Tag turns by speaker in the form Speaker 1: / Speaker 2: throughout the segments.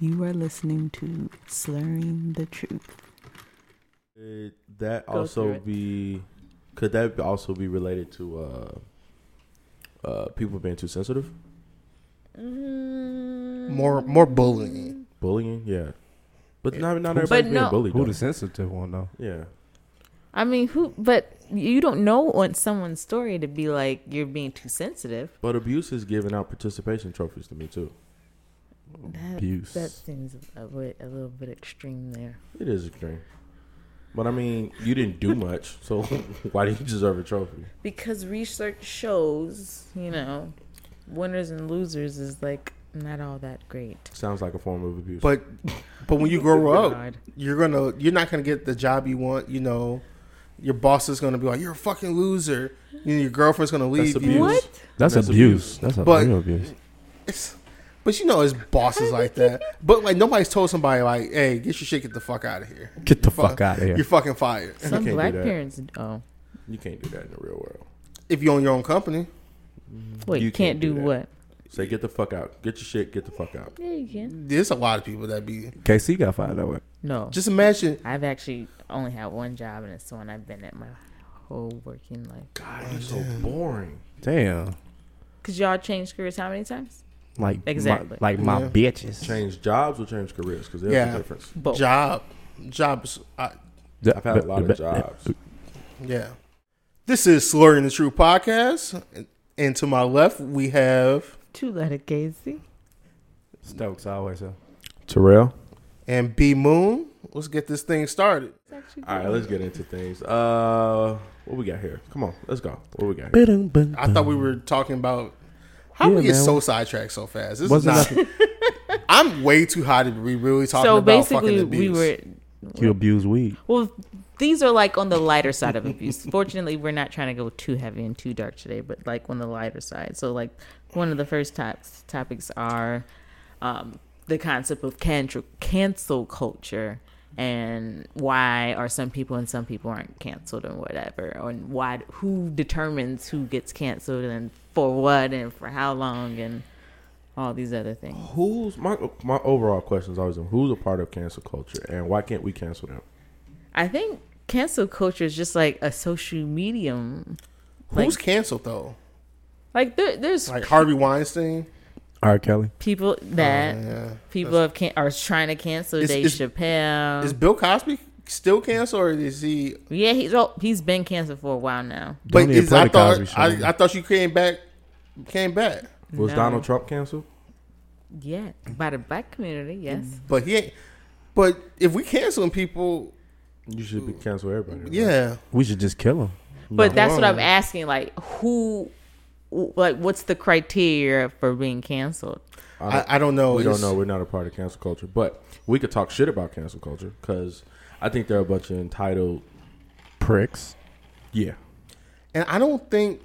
Speaker 1: You are listening to Slurring the Truth.
Speaker 2: Could that
Speaker 3: Go through
Speaker 2: also
Speaker 3: it.
Speaker 2: be? Could that also be related to uh, uh, people being too sensitive?
Speaker 3: Mm.
Speaker 4: More more bullying.
Speaker 2: Bullying, yeah, but not not
Speaker 5: But
Speaker 2: everybody's being
Speaker 3: no-
Speaker 2: bullied.
Speaker 5: Who
Speaker 2: though.
Speaker 5: the sensitive one though?
Speaker 2: yeah,
Speaker 3: I mean, who? But you don't know on someone's story to be like you're being too sensitive.
Speaker 2: but abuse is giving out participation trophies to me too.
Speaker 3: That,
Speaker 5: Abuse.
Speaker 3: That seems a, bit, a little bit extreme there.
Speaker 2: It is extreme, but I mean, you didn't do much, so why do you deserve a trophy?
Speaker 3: Because research shows, you know, winners and losers is like not all that great.
Speaker 2: Sounds like a form of abuse.
Speaker 4: But but when you grow up,
Speaker 3: God.
Speaker 4: you're gonna you're not gonna get the job you want. You know, your boss is gonna be like, "You're a fucking loser." You know, your girlfriend's gonna leave
Speaker 2: abuse.
Speaker 4: you.
Speaker 3: What?
Speaker 5: That's,
Speaker 2: That's
Speaker 5: abuse.
Speaker 2: abuse.
Speaker 5: That's a
Speaker 4: But-
Speaker 5: real abuse.
Speaker 4: It's, but you know, it's bosses like that. But like nobody's told somebody like, "Hey, get your shit, get the fuck out of here.
Speaker 5: Get the fuck out of here.
Speaker 4: You're fucking fired."
Speaker 3: Some
Speaker 2: can't do
Speaker 3: black
Speaker 2: that.
Speaker 3: parents. Oh,
Speaker 2: you can't do that in the real world.
Speaker 4: If you own your own company,
Speaker 3: wait,
Speaker 2: You
Speaker 3: you can't,
Speaker 2: can't do
Speaker 3: do
Speaker 2: that.
Speaker 3: what?
Speaker 2: Say, get the fuck out. Get your shit. Get the fuck out.
Speaker 3: Yeah, you can.
Speaker 4: there's a lot of people that be.
Speaker 5: KC got fired that way.
Speaker 3: No,
Speaker 4: Just imagine.
Speaker 3: I've actually only had one job, and it's the one I've been at my whole working life.
Speaker 2: God, you're so boring.
Speaker 5: Damn.
Speaker 3: Cause y'all changed careers how many times?
Speaker 5: Like
Speaker 3: Exactly.
Speaker 5: My, like my
Speaker 4: Yeah.
Speaker 5: bitches.
Speaker 2: Change jobs or change careers because there's
Speaker 4: Yeah.
Speaker 2: a difference.
Speaker 3: Both.
Speaker 4: Job, jobs. uh, I,
Speaker 2: I've had a lot of jobs.
Speaker 4: yeah. This is slurring the true podcast, and to my left we have
Speaker 3: Two letter Casey.
Speaker 5: Stokes always. Uh,
Speaker 2: Terrell.
Speaker 4: and B Moon. Let's get this thing started.
Speaker 2: All right, let's get into things. Uh, what we got here? Come on, let's go. What we got? Here?
Speaker 5: I
Speaker 4: I thought we were talking about how
Speaker 5: Yeah,
Speaker 4: we get
Speaker 5: man.
Speaker 4: so sidetracked so fast. This is
Speaker 5: Wasn't
Speaker 4: not. I'm way too high to be really talking
Speaker 3: So
Speaker 4: about fucking
Speaker 3: basically, we
Speaker 4: abuse.
Speaker 3: were.
Speaker 5: you abuse weed.
Speaker 3: Well, these are like on the lighter side of abuse. Fortunately, we're not trying to go too heavy and too dark today, but like on the lighter side. So, like, one of the first tops, topics are um, the concept of cancel, cancel culture and why are some people and some people aren't canceled and whatever, and why who determines who gets canceled and for what and for how long and all these other things.
Speaker 2: Who's my my overall question is always who's a part of cancel culture and why can't we cancel them?
Speaker 3: I think cancel culture is just like a social medium. Like,
Speaker 4: Who's canceled though?
Speaker 3: like there, there's
Speaker 4: Like Harvey Weinstein.
Speaker 5: All right, Kelly.
Speaker 3: people that
Speaker 4: Oh, Yeah.
Speaker 3: people have can- are trying to cancel
Speaker 4: Is-
Speaker 3: Dave
Speaker 4: is-
Speaker 3: Chappelle.
Speaker 4: Is Bill Cosby still canceled, or is he?
Speaker 3: yeah, he's oh, he's been canceled for a while now.
Speaker 4: But
Speaker 5: Don't even
Speaker 4: is,
Speaker 5: play
Speaker 4: I
Speaker 5: the Cosby
Speaker 4: thought
Speaker 5: Show.
Speaker 4: I, I thought you came back. Came back,
Speaker 2: Was
Speaker 3: No.
Speaker 2: Donald Trump canceled?
Speaker 3: Yeah, by the black community, yes.
Speaker 4: but he ain't. But if we canceling people,
Speaker 2: You should be cancel everybody. right?
Speaker 4: yeah,
Speaker 5: we should just kill him.
Speaker 3: But that's what I'm
Speaker 4: Whoa.
Speaker 3: asking. Like, who, like, what's the criteria for being canceled?
Speaker 2: I don't-
Speaker 4: I, I don't know.
Speaker 2: we don't
Speaker 4: It's-
Speaker 2: know. We're not a part of cancel culture, but we could talk shit about cancel culture because I think there are a bunch of entitled.
Speaker 5: Pricks.
Speaker 2: Yeah.
Speaker 4: and I don't think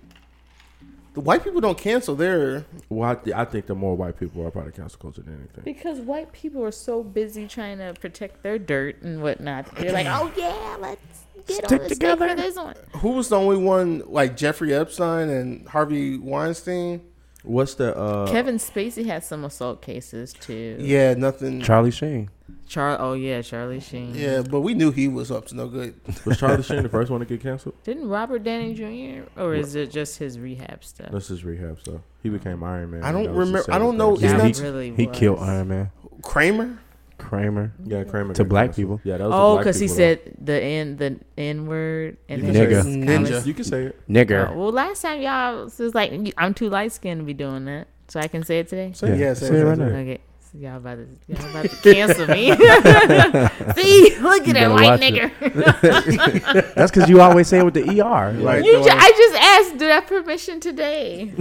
Speaker 4: the white people don't cancel their.
Speaker 2: Well, I, th- I think the more white people are a part of cancel culture than anything.
Speaker 3: Because white people are so busy trying to protect their dirt and whatnot. They're like, oh yeah, let's get
Speaker 5: Stick
Speaker 3: on the
Speaker 5: together.
Speaker 3: together. for this one.
Speaker 4: Who was the only one like Jeffrey Epstein and Harvey Weinstein?
Speaker 2: What's the uh,
Speaker 3: Kevin Spacey had some assault cases too.
Speaker 4: Yeah, nothing.
Speaker 5: Charlie Sheen.
Speaker 3: Char- oh yeah, Charlie Sheen.
Speaker 4: Yeah, but we knew he was up to no good.
Speaker 2: was Charlie Sheen the first one to get canceled?
Speaker 3: Didn't Robert Downey Jr. or is it just his rehab stuff?
Speaker 2: This is rehab stuff. He became Iron Man.
Speaker 4: I don't
Speaker 2: That was the
Speaker 4: remember- I
Speaker 2: saddest
Speaker 4: don't know-
Speaker 2: thing.
Speaker 4: It's
Speaker 3: That
Speaker 4: not-
Speaker 3: really
Speaker 5: He
Speaker 3: was.
Speaker 5: killed Iron Man.
Speaker 4: Kramer.
Speaker 5: Kramer.
Speaker 2: Yeah, Kramer
Speaker 5: To
Speaker 2: got
Speaker 5: black
Speaker 2: canceled.
Speaker 5: people.
Speaker 2: Yeah, that was
Speaker 3: Oh,
Speaker 2: because
Speaker 3: because he said the n the n word and
Speaker 2: You
Speaker 3: then
Speaker 5: can
Speaker 3: his
Speaker 4: say it.
Speaker 3: comments-
Speaker 4: Ninja.
Speaker 2: You can say it.
Speaker 3: Oh,
Speaker 5: Nigger.
Speaker 3: well, last time y'all was just like, "You- I'm too light skinned to be doing that, so I can say it today.
Speaker 2: Say it.
Speaker 4: Yeah,
Speaker 5: say
Speaker 4: say
Speaker 5: it
Speaker 4: it,
Speaker 5: right
Speaker 4: say it.
Speaker 5: now.
Speaker 3: Okay, so y'all about to y'all about to cancel me. See, look
Speaker 5: You
Speaker 3: at that
Speaker 5: better
Speaker 3: white
Speaker 5: watch it.
Speaker 3: nigger.
Speaker 5: That's because you always say it with the ER. Like,
Speaker 4: Right.
Speaker 3: You ju- I just asked, did I have permission today?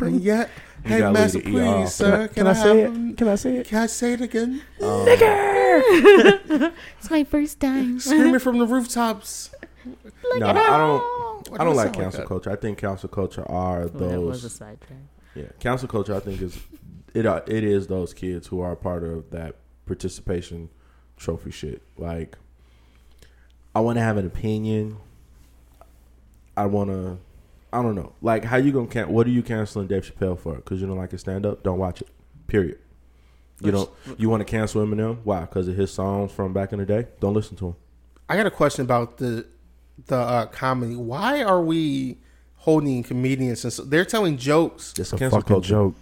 Speaker 4: yeah. Hey,
Speaker 2: gotta leave
Speaker 4: master,
Speaker 2: the ER off
Speaker 4: please, sir.
Speaker 5: can I say
Speaker 4: have
Speaker 5: it? Can I say it?
Speaker 4: Can I say it again?
Speaker 3: It's my first time.
Speaker 4: Screaming from the rooftops.
Speaker 2: No, I don't.
Speaker 4: Why
Speaker 2: I don't
Speaker 4: does it
Speaker 2: like
Speaker 4: sound
Speaker 2: cancel
Speaker 4: that?
Speaker 2: culture. I think cancel culture are
Speaker 3: Well, that was a
Speaker 2: those.
Speaker 3: sidetrack.
Speaker 2: Yeah, cancel culture. I think is it. Are, it is those kids who are a part of that participation trophy shit. Like, I want to have an opinion. I want to. I don't know. Like, how you gonna can? What are you canceling Dave Chappelle for? Because you don't like his stand up. Don't watch it. Period. You don't. You want to cancel Eminem? Why? Because of his songs from back in the day. Don't listen to him.
Speaker 4: I got a question about the the uh, comedy. Why are we holding comedians? And so they're telling jokes,
Speaker 2: It's
Speaker 5: a fucking joke.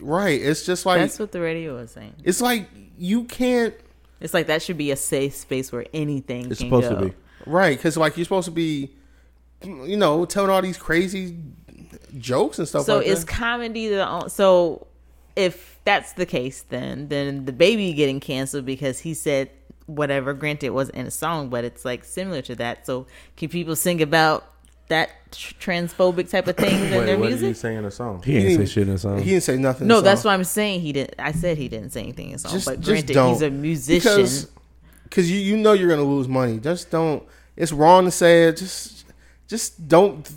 Speaker 4: right? It's just like
Speaker 6: That's what the radio was saying.
Speaker 4: it's like you can't
Speaker 6: It's like that should be a safe space where anything
Speaker 2: It's
Speaker 6: can
Speaker 2: supposed
Speaker 6: go.
Speaker 2: to be.
Speaker 4: right because like you're supposed to be, you know, telling all these crazy jokes and stuff.
Speaker 6: So
Speaker 4: like
Speaker 6: is
Speaker 4: that.
Speaker 6: comedy the on- so if that's the case then then the baby getting canceled because he said whatever granted it wasn't in a song but it's like similar to that so can people sing about that tr- transphobic type of things in
Speaker 2: Wait,
Speaker 6: their
Speaker 2: what did you
Speaker 6: music
Speaker 2: say in the song?
Speaker 5: He
Speaker 4: He
Speaker 5: ain't say
Speaker 4: didn't-
Speaker 5: shit in the song.
Speaker 4: he didn't say nothing.
Speaker 6: no
Speaker 4: so-
Speaker 6: that's why i'm saying he didn't i said he didn't say anything in song
Speaker 4: Just-
Speaker 6: but
Speaker 4: just
Speaker 6: granted he's
Speaker 4: don't.
Speaker 6: a musician
Speaker 4: because because you you know you're gonna lose money. Just don't. It's wrong to say it. Just just don't.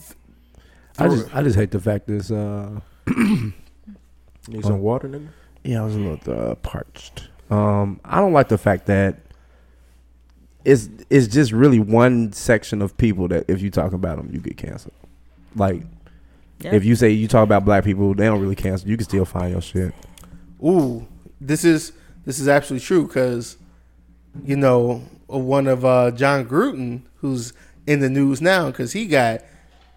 Speaker 5: I just I just hate the fact this. Uh,
Speaker 2: Need some water, nigga.
Speaker 5: yeah, I was a little uh, parched. Um, I don't like the fact that it's it's just really one section of people that if you talk about them, you get canceled. Like
Speaker 6: Yeah.
Speaker 5: if you say you talk about black people, they don't really cancel. You can still find your shit.
Speaker 4: Ooh, this is this is absolutely true because you know one of uh, John Gruden who's in the news now because he got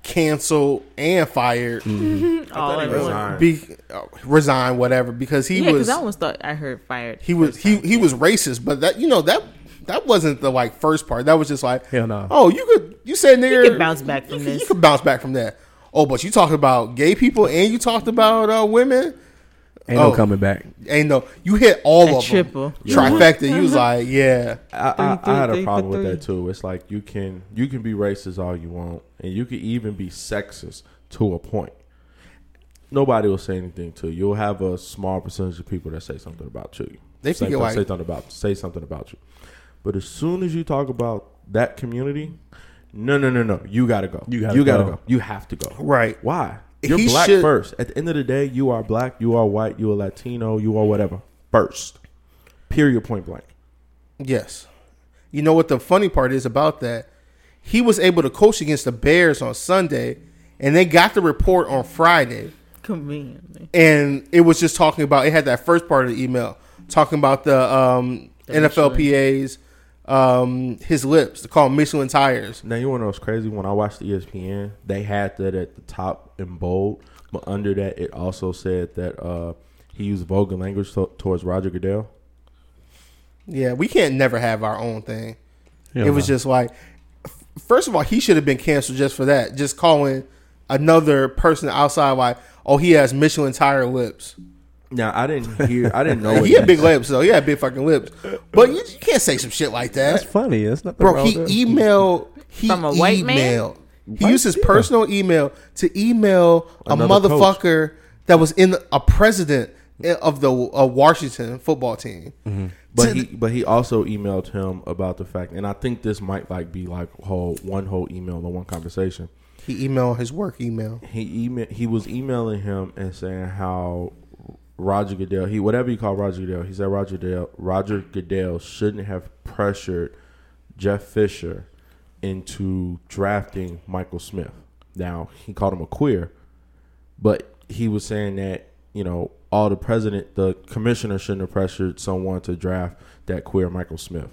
Speaker 4: canceled and fired,
Speaker 5: Mm-hmm.
Speaker 6: all
Speaker 2: he
Speaker 6: in one.
Speaker 2: resigned.
Speaker 4: be uh, resigned, whatever because he
Speaker 6: yeah because
Speaker 4: was
Speaker 6: i almost thought i heard fired
Speaker 4: he was he he was racist, but that you know that. That wasn't the like first part. That was just like,
Speaker 5: Hell no.
Speaker 4: oh, you could you said nigga,
Speaker 6: could bounce back
Speaker 4: you
Speaker 6: from
Speaker 4: could- You
Speaker 6: this.
Speaker 4: could bounce back from that. Oh, but you talked about gay people and you talked about uh, women.
Speaker 5: Ain't
Speaker 4: Oh.
Speaker 5: no coming back.
Speaker 4: Ain't no, you hit all
Speaker 6: A
Speaker 4: of
Speaker 6: triple.
Speaker 4: them. Trifecta. You was like, yeah.
Speaker 2: I, I, I had a
Speaker 6: three for
Speaker 2: problem with that too. It's like you can you can be racist all you want, and you can even be sexist to a point. Nobody will say anything to you. You'll have a small percentage of people that say something about you.
Speaker 4: They
Speaker 2: say,
Speaker 4: figure, like-
Speaker 2: say something about say something about you. But as soon as you talk about that community, no, no, no, no. You gotta go.
Speaker 5: You gotta
Speaker 2: gotta
Speaker 5: go.
Speaker 2: go. You have to go.
Speaker 4: Right.
Speaker 2: Why? You're
Speaker 4: He
Speaker 2: black
Speaker 4: should-
Speaker 2: first. At the end of the day, you are black. You are white. You are Latino. You are whatever first. Period. Point blank.
Speaker 4: Yes. You know what the funny part is about that? He was able to coach against the Bears on Sunday, and they got the report on Friday.
Speaker 6: conveniently
Speaker 4: and it was just talking about it had that first part of the email talking about the um,
Speaker 6: The
Speaker 4: NFLPA's um, his lips to call Michelin tires.
Speaker 2: Now you want to know what's crazy? When I watched E ESPN, they had that at the top in bold, but under that it also said that uh, he used vulgar language to- towards Roger Goodell.
Speaker 4: Yeah, we can't never have our own thing. it was just like, f- first of all, he should have been canceled just for that, just calling another person outside like, oh, he has Michelin tire lips.
Speaker 2: Now I didn't hear, I didn't know.
Speaker 4: Like,
Speaker 2: what
Speaker 4: he had big lips, though. He had big fucking lips, but you, you can't say some shit like that.
Speaker 5: That's funny. It's nothing
Speaker 4: Bro,
Speaker 5: wrong
Speaker 4: he
Speaker 5: with it.
Speaker 4: emailed he
Speaker 6: From a white man?
Speaker 4: emailed. He used his personal email to email
Speaker 2: Another
Speaker 4: a
Speaker 2: coach.
Speaker 4: motherfucker that was in the, a president of the uh, Washington football team.
Speaker 2: But
Speaker 4: To-
Speaker 2: he, but he also emailed him about the fact, and I think this might like be like whole one whole email or one conversation.
Speaker 4: he emailed his work email.
Speaker 2: he email he was emailing him and saying how Roger Goodell he whatever you call Roger Goodell he said Roger Goodell Roger Goodell shouldn't have pressured Jeff Fisher into drafting Michael Smith. Now he called him a queer, but he was saying that you know all the president the commissioner shouldn't have pressured someone to draft that queer Michael Smith.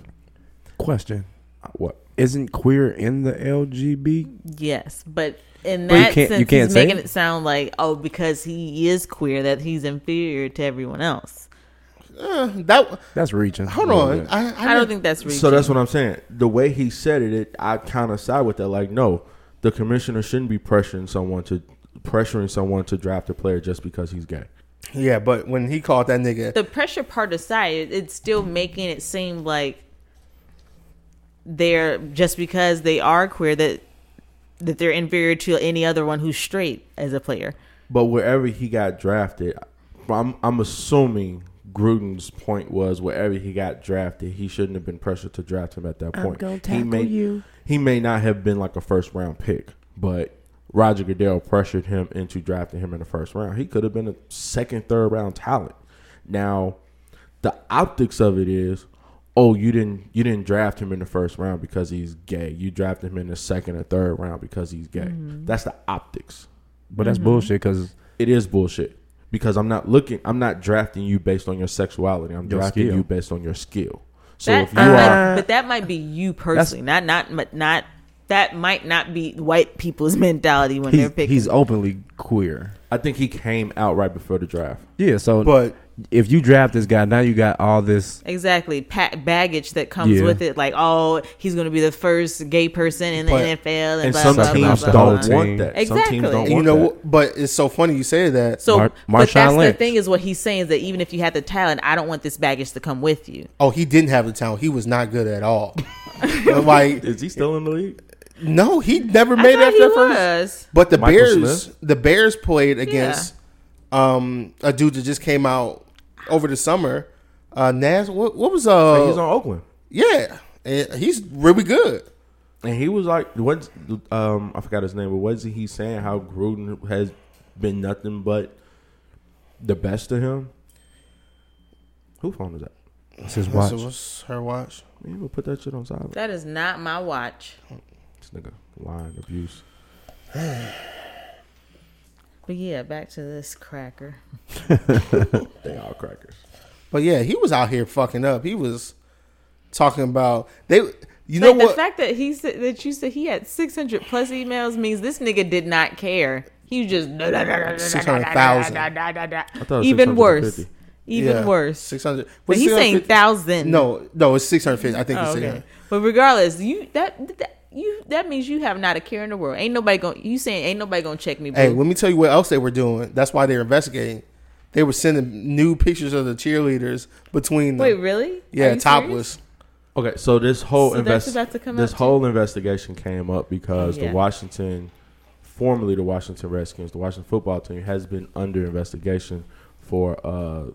Speaker 5: question.
Speaker 2: Uh, What
Speaker 5: Isn't queer in the LGB?
Speaker 6: Yes, but in
Speaker 5: Well, you
Speaker 6: that
Speaker 5: can't- you
Speaker 6: sense,
Speaker 5: can't
Speaker 6: he's
Speaker 5: say
Speaker 6: making
Speaker 5: it?
Speaker 6: it sound like oh, because he is queer, that he's inferior to everyone else.
Speaker 4: Uh, that
Speaker 5: That's reaching.
Speaker 4: hold
Speaker 5: Yeah,
Speaker 4: on.
Speaker 5: yeah.
Speaker 4: I,
Speaker 6: I don't think that's reaching.
Speaker 2: So that's what I'm saying. The way he said it, it I kind of side with that. Like, no, the commissioner shouldn't be pressuring someone to pressuring someone to draft a player just because he's gay.
Speaker 4: Yeah, but when he called that nigga,
Speaker 6: the pressure part aside. It, it's still making it seem like they're just because they are queer that that they're inferior to any other one who's straight as a player.
Speaker 2: But wherever he got drafted, I'm I'm assuming Gruden's point was wherever he got drafted, he shouldn't have been pressured to draft him at that point. he may he may not have been like a first round pick, but Roger Goodell pressured him into drafting him in the first round. He could have been a second, third round talent. Now, the optics of it is, oh, you didn't you didn't draft him in the first round because he's gay. You drafted him in the second or third round because he's gay. That's the optics.
Speaker 6: Mm-hmm.
Speaker 5: But that's bullshit because
Speaker 2: It is bullshit because I'm not looking. I'm not drafting you based on your sexuality. I'm
Speaker 5: Your
Speaker 2: drafting
Speaker 5: skill.
Speaker 2: you based on your skill. So
Speaker 6: That, uh,
Speaker 2: if you are,
Speaker 6: but that might be you personally, not not but not that might not be white people's mentality when they're
Speaker 5: He's,
Speaker 6: picking.
Speaker 5: he's openly queer.
Speaker 2: I think he came out right before the draft.
Speaker 5: Yeah, so
Speaker 4: But
Speaker 5: if you draft this guy, now you got all this.
Speaker 6: Exactly, pa- baggage that comes
Speaker 5: Yeah.
Speaker 6: with it, like oh, he's going to be the first gay person in the
Speaker 4: But-
Speaker 6: NFL, and,
Speaker 2: And
Speaker 6: blah,
Speaker 2: some
Speaker 6: blah, blah,
Speaker 2: teams
Speaker 6: blah,
Speaker 5: whole
Speaker 2: don't
Speaker 6: blah.
Speaker 2: want
Speaker 5: team.
Speaker 2: that. Some
Speaker 6: Exactly.
Speaker 2: teams don't
Speaker 6: And
Speaker 2: want
Speaker 4: and you know
Speaker 2: that.
Speaker 4: what? But it's so funny you say that.
Speaker 6: So,
Speaker 5: Mar-
Speaker 6: but
Speaker 5: Marshawn
Speaker 6: that's
Speaker 5: Lynch.
Speaker 6: the thing is what he's saying is that even if you had the talent, I don't want this baggage to come with you.
Speaker 4: Oh, he didn't have the talent. He was not good at all. But, like
Speaker 2: Is he still in the league?
Speaker 4: no, he never
Speaker 6: I
Speaker 4: made
Speaker 6: thought
Speaker 4: that
Speaker 6: he
Speaker 4: first.
Speaker 6: was.
Speaker 4: But the
Speaker 2: Michael
Speaker 4: Bears,
Speaker 2: Smith?
Speaker 4: the Bears played against um, a dude that just came out over the summer. Uh, Nas, what, what was uh?
Speaker 2: he's on Oakland,
Speaker 4: yeah, and he's really good.
Speaker 2: and he was like, "What?" Um, I forgot his name, but wasn't he saying how Gruden has been nothing but the best to him? Who phone is that?
Speaker 5: This is
Speaker 4: What's,
Speaker 5: watch.
Speaker 4: what's her watch?
Speaker 2: Man, we'll put that shit on silent.
Speaker 6: That is not my watch.
Speaker 2: This nigga lying abuse.
Speaker 6: But yeah, back to this cracker.
Speaker 2: They all crackers.
Speaker 4: But yeah, he was out here fucking up. He was talking about they. You know
Speaker 6: like the
Speaker 4: what?
Speaker 6: fact that he said that you said he had 600 plus emails means this nigga did not care. He was just
Speaker 4: 600,000.
Speaker 2: thought it was
Speaker 6: Even worse.
Speaker 2: 650.
Speaker 6: Even worse.
Speaker 4: Six hundred.
Speaker 6: but he's saying thousand.
Speaker 4: No, no, it's six hundred fifty. I think
Speaker 6: Oh,
Speaker 4: it's six
Speaker 6: okay.
Speaker 4: hundred.
Speaker 6: But regardless, you that, that you that means you have not a care in the world. Ain't nobody going to you saying ain't nobody going to check me. Boo.
Speaker 4: Hey, let me tell you what else they were doing. That's why they're investigating. They were sending new pictures of the cheerleaders between them.
Speaker 6: Wait, really? Are
Speaker 4: yeah,
Speaker 6: you serious?
Speaker 4: topless.
Speaker 2: Okay, so this whole
Speaker 6: So that's
Speaker 2: invest-
Speaker 6: about to come
Speaker 2: this
Speaker 6: out too?
Speaker 2: whole investigation came up because
Speaker 6: Yeah.
Speaker 2: the Washington, formerly the Washington Redskins, the Washington football team has been under investigation for uh,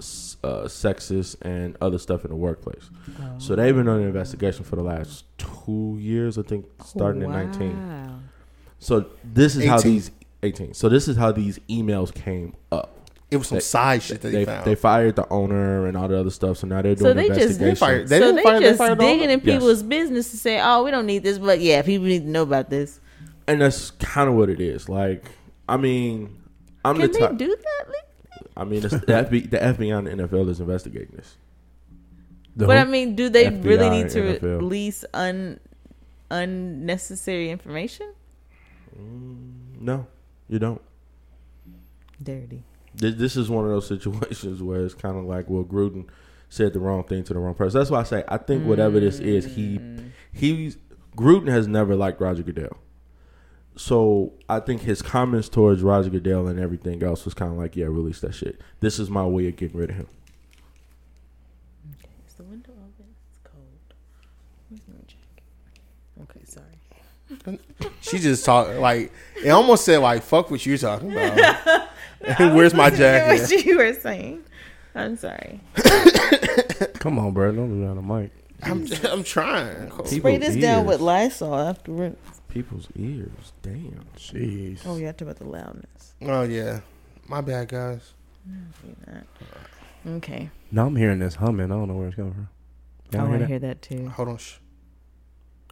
Speaker 2: s- uh, sexist and other stuff in the workplace.
Speaker 6: Oh.
Speaker 2: So they've been under investigation for the last two years, I think, starting
Speaker 6: wow.
Speaker 2: at nineteen. So this is how
Speaker 4: 18.
Speaker 2: these eighteen. So this is how these emails came up.
Speaker 4: It was some
Speaker 2: They-
Speaker 4: side shit that
Speaker 2: They
Speaker 4: they,
Speaker 2: they,
Speaker 4: found.
Speaker 2: fired the owner and all the other stuff. So now they're
Speaker 6: So
Speaker 2: doing
Speaker 6: they just- they
Speaker 2: investigation.
Speaker 4: fired- They
Speaker 6: so
Speaker 4: didn't
Speaker 6: they
Speaker 4: fire- they
Speaker 6: just
Speaker 4: fired all of
Speaker 6: digging in
Speaker 2: them? Yes.
Speaker 6: people's business to say, "Oh, we don't need this," but yeah, people need to know about this.
Speaker 2: and that's kind of what it is. Like, I mean, I'm
Speaker 6: Can
Speaker 2: the
Speaker 6: they
Speaker 2: type.
Speaker 6: do that? Lee?
Speaker 2: I mean, it's the, FBI, the FBI and the NFL is investigating this.
Speaker 5: The
Speaker 6: But I
Speaker 5: whole-
Speaker 6: mean, do they really
Speaker 2: FBI,
Speaker 6: need to
Speaker 2: NFL.
Speaker 6: release un unnecessary information?
Speaker 2: No, you don't.
Speaker 6: Dirty.
Speaker 2: This, this is one of those situations where it's kind of like, well, Gruden said the wrong thing to the wrong person. That's why I say I think whatever this is, he
Speaker 6: Mm.
Speaker 2: he's Gruden has never liked Roger Goodell. So I think his comments towards Roger Goodell and everything else was kind of like, yeah, release that shit. This is my way of getting rid of him.
Speaker 6: Is the window open? It's cold. Where's my jacket? Okay, sorry.
Speaker 4: She just talked like it almost said like "fuck what you talking about." Where's my jacket?
Speaker 6: What you were saying? I'm sorry.
Speaker 5: come on, bro. Don't be on the mic.
Speaker 4: I'm, I'm trying.
Speaker 6: Spray this
Speaker 2: People's
Speaker 6: down
Speaker 2: ears.
Speaker 6: with Lysol after rinse.
Speaker 2: People's ears, damn.
Speaker 5: Jeez.
Speaker 6: Oh, you have to about the loudness.
Speaker 4: Oh yeah, my bad guys.
Speaker 6: You not. Okay. Oh,
Speaker 5: Now I'm hearing this humming. I don't know where it's coming from. Y'all
Speaker 6: I
Speaker 5: hear
Speaker 6: want to
Speaker 5: that?
Speaker 6: hear that too.
Speaker 4: Hold on, shh.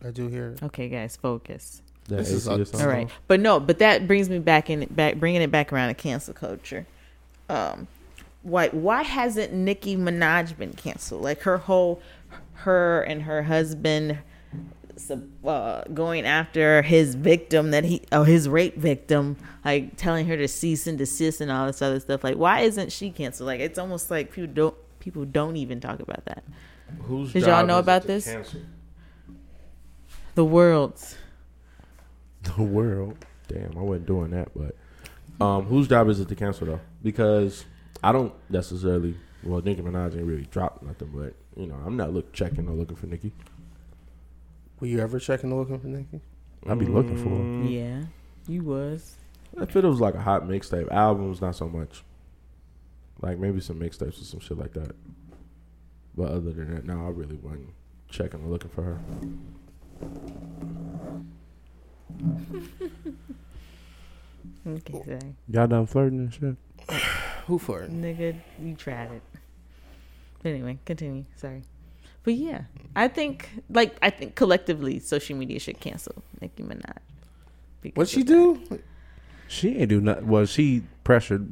Speaker 4: I do hear. it.
Speaker 6: Okay, guys, focus.
Speaker 2: That
Speaker 4: This is
Speaker 2: AC
Speaker 4: a-
Speaker 2: or something?
Speaker 6: All right, but no, but that brings me back in back bringing it back around to cancel culture. Um, why why hasn't Nicki Minaj been canceled? Like her whole her and her husband sub- uh, going after his victim that he oh his rape victim, like telling her to cease and desist and all this other stuff. Like why isn't she canceled? Like it's almost like people don't people don't even talk about that.
Speaker 2: Whose
Speaker 6: Did y'all
Speaker 2: job
Speaker 6: know
Speaker 2: is it
Speaker 6: about
Speaker 2: to
Speaker 6: this?
Speaker 2: cancel?
Speaker 6: The world's
Speaker 5: The world.
Speaker 2: Damn, I wasn't doing that, but um, whose job is it to cancel though? Because I don't necessarily. Well, Nicki Minaj ain't really dropped nothing, but you know, I'm not look checking or looking for Nicki.
Speaker 4: Were you ever checking to looking for Nikki?
Speaker 5: I'd be looking for
Speaker 6: Mm.
Speaker 5: her.
Speaker 6: yeah, you was.
Speaker 2: If it was like a hot mixtape, albums not so much. Like maybe some mixtapes or some shit like that. But other than that, no, I really wasn't checking or looking for her.
Speaker 6: Okay, sorry.
Speaker 5: Y'all done flirting and shit.
Speaker 4: Who for? it?
Speaker 6: Nigga, you tried it. But anyway, continue. Sorry. But yeah, I think like I think collectively social media should cancel Nicki Minaj. because
Speaker 4: What'd she
Speaker 6: of that.
Speaker 4: do?
Speaker 5: She ain't do nothing. Well, she pressured.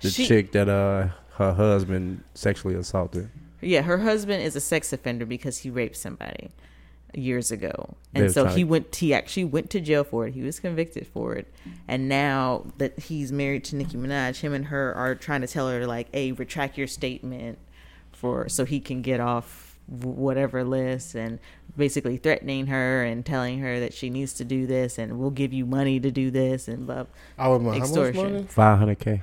Speaker 5: the
Speaker 6: She-
Speaker 5: chick that uh her husband sexually assaulted.
Speaker 6: Yeah, her husband is a sex offender because he raped somebody years ago,
Speaker 5: They
Speaker 6: and
Speaker 5: was
Speaker 6: so
Speaker 5: trying
Speaker 6: he
Speaker 5: to-
Speaker 6: went. He actually went to jail for it. He was convicted for it, and now that he's married to Nicki Minaj, him and her are trying to tell her like, "Hey, retract your statement," for so he can get off w- whatever list and basically threatening her and telling her that she needs to do this and we'll give you money to do this and blah.
Speaker 4: I would want how much
Speaker 6: Extortion.
Speaker 4: money?
Speaker 5: Five hundred k.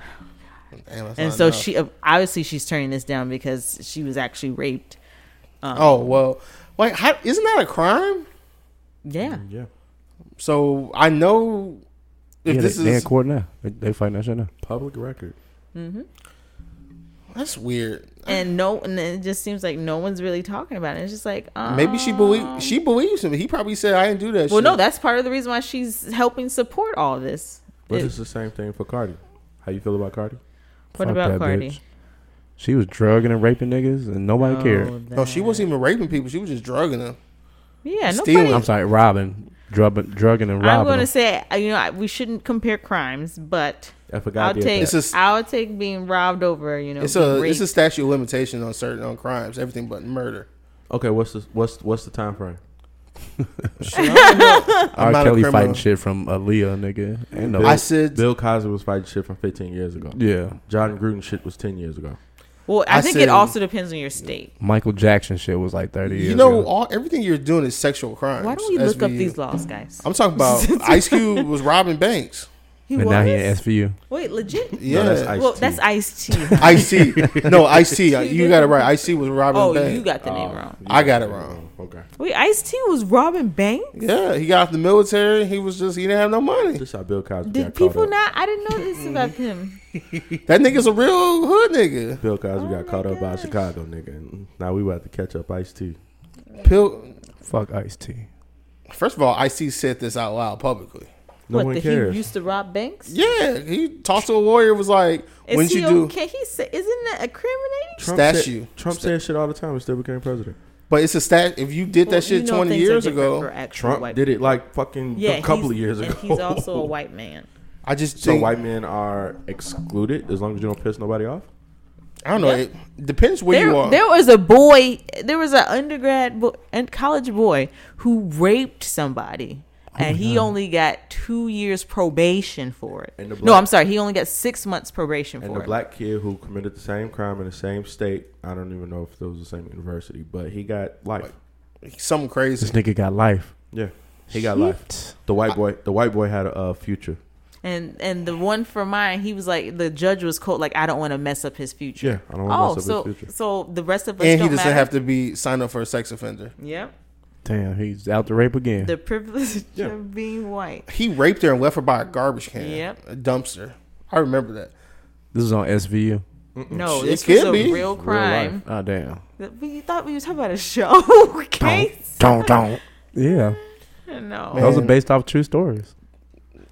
Speaker 4: Damn, that's
Speaker 6: And
Speaker 4: not
Speaker 6: so
Speaker 4: enough.
Speaker 6: she obviously she's turning this down because she was actually raped. Um,
Speaker 4: Oh well, like how, isn't that a crime?
Speaker 6: yeah.
Speaker 2: Yeah.
Speaker 4: So I know if
Speaker 5: Yeah, they,
Speaker 4: this
Speaker 5: they in
Speaker 4: is
Speaker 5: court now. They, they fighting that shit now.
Speaker 2: Public record.
Speaker 4: that's weird.
Speaker 6: and no and it just seems like no one's really talking about it it's just like um,
Speaker 4: Maybe she believe she believes him. He probably said I didn't do that.
Speaker 6: well
Speaker 4: shit.
Speaker 6: no that's part of the reason why she's helping support all this
Speaker 2: But
Speaker 6: It-
Speaker 2: it's the same thing for Cardi. How you feel about Cardi?
Speaker 6: what
Speaker 5: Fuck
Speaker 6: about
Speaker 5: that
Speaker 6: cardi
Speaker 5: bitch. She was drugging and raping niggas, and nobody cared.
Speaker 4: no, Oh, she wasn't even raping people. She was just drugging them.
Speaker 6: yeah
Speaker 4: stealing.
Speaker 6: nobody
Speaker 5: I'm sorry, robbing, drubbing, drugging, and
Speaker 6: i'm
Speaker 5: robbing.
Speaker 6: going to
Speaker 5: them.
Speaker 6: say uh, you know I- we shouldn't compare crimes but
Speaker 2: I forgot.
Speaker 6: i'll
Speaker 2: did
Speaker 6: take
Speaker 2: that.
Speaker 4: It's just-
Speaker 6: i'll take being robbed over you know
Speaker 4: It's
Speaker 6: being
Speaker 4: a it's a
Speaker 6: raped.
Speaker 4: statute of limitation on certain on crimes, everything but murder.
Speaker 2: okay. What's the what's what's the time frame?
Speaker 4: Shit, I don't know. I'm
Speaker 5: R.
Speaker 4: not a
Speaker 5: Kelly
Speaker 4: criminal.
Speaker 5: fighting shit from Aaliyah, nigga. Ain't no,
Speaker 4: I said
Speaker 2: Bill Cosby was fighting shit from 15 years ago.
Speaker 5: yeah,
Speaker 2: John Gruden shit was 10 years ago.
Speaker 6: well i,
Speaker 4: I
Speaker 6: think
Speaker 4: said-
Speaker 6: it also depends on your state
Speaker 5: Michael Jackson shit was like 30 years.
Speaker 4: you know
Speaker 5: ago.
Speaker 4: all everything you're doing is sexual crimes.
Speaker 6: why don't we
Speaker 4: That's
Speaker 6: look up
Speaker 4: me.
Speaker 6: these laws guys
Speaker 4: I'm talking about Ice Cube was robbing banks.
Speaker 6: he
Speaker 5: and
Speaker 6: was
Speaker 5: now he in SVU.
Speaker 6: wait legit
Speaker 4: Yeah.
Speaker 2: that's Ice-T.
Speaker 6: well that's ice tea
Speaker 4: I see. No, I see. You got it right. I see was robbing
Speaker 6: oh
Speaker 4: banks.
Speaker 6: you got the name wrong
Speaker 4: I got it wrong.
Speaker 2: Okay.
Speaker 6: wait ice tea was robbing banks
Speaker 4: Yeah, he got out the military. He was just he didn't have no money.
Speaker 2: This how Bill Cosby
Speaker 6: Did
Speaker 2: got
Speaker 6: people
Speaker 2: caught up.
Speaker 6: not? I didn't know this about him.
Speaker 4: That nigga's a real hood nigga.
Speaker 2: Bill Cosby got
Speaker 6: Oh my
Speaker 2: caught up by
Speaker 6: gosh.
Speaker 2: Chicago, nigga. And Now we about to catch up Ice T.
Speaker 4: Pill.
Speaker 5: Fuck Ice T.
Speaker 4: First of all, I see said this out loud publicly.
Speaker 2: No
Speaker 6: what?
Speaker 2: one
Speaker 6: That
Speaker 2: cares.
Speaker 6: he used to rob banks?
Speaker 4: Yeah, he talked to a lawyer. Was like,
Speaker 6: Is
Speaker 4: when
Speaker 6: he
Speaker 4: you do,
Speaker 6: okay? He said, isn't that incriminating?
Speaker 2: Trump
Speaker 4: Statue.
Speaker 2: said- Trump said shit all the time and still became president.
Speaker 4: but it's a stat. If you did that
Speaker 6: Well,
Speaker 4: shit
Speaker 6: you know
Speaker 4: twenty
Speaker 6: things are
Speaker 4: years
Speaker 6: different
Speaker 4: ago,
Speaker 6: for actual
Speaker 2: Trump
Speaker 6: white-
Speaker 2: did it like fucking
Speaker 6: Yeah,
Speaker 2: a couple
Speaker 6: he's-
Speaker 2: of years ago.
Speaker 6: And he's also a white man.
Speaker 4: I just
Speaker 2: So
Speaker 4: think
Speaker 2: white men are excluded as long as you don't piss nobody off.
Speaker 4: I don't know.
Speaker 6: Yeah.
Speaker 4: It depends where you
Speaker 6: There,
Speaker 4: are.
Speaker 6: there was a boy. There was an undergrad bo- and college boy who raped somebody,
Speaker 2: Oh
Speaker 6: and he only got two years probation for it.
Speaker 2: And the
Speaker 6: no,
Speaker 2: black-
Speaker 6: I'm sorry. He only got six months probation
Speaker 2: And
Speaker 6: for
Speaker 2: the
Speaker 6: it.
Speaker 2: black kid who committed the same crime in the same state, I don't even know if it was the same university, but he got life.
Speaker 4: Something
Speaker 5: This
Speaker 4: crazy.
Speaker 5: nigga got life.
Speaker 2: Yeah, he got life. The white boy, the white boy had a uh, future.
Speaker 6: and and the one for mine, he was like the judge was cold. Like I don't want to mess up his future.
Speaker 2: Yeah, I don't
Speaker 6: Oh,
Speaker 2: want to mess
Speaker 6: so
Speaker 2: up his future.
Speaker 6: so the rest of us
Speaker 4: And he
Speaker 6: don't
Speaker 4: doesn't
Speaker 6: matter.
Speaker 4: have to be signed up for a sex offender.
Speaker 6: Yep.
Speaker 5: Damn, he's out to rape again.
Speaker 6: The privilege
Speaker 2: Yeah.
Speaker 6: of being white.
Speaker 4: He raped her and left her by a garbage can,
Speaker 6: Yep.
Speaker 4: a dumpster. I remember that.
Speaker 5: this is on SVU.
Speaker 6: No,
Speaker 4: It
Speaker 6: this was
Speaker 4: could
Speaker 6: a
Speaker 4: be.
Speaker 6: real crime.
Speaker 5: Oh damn.
Speaker 6: That- We thought we was talking about a show case.
Speaker 5: Don't don't. Yeah,
Speaker 6: No.
Speaker 5: those are
Speaker 4: Man.
Speaker 5: based off true stories.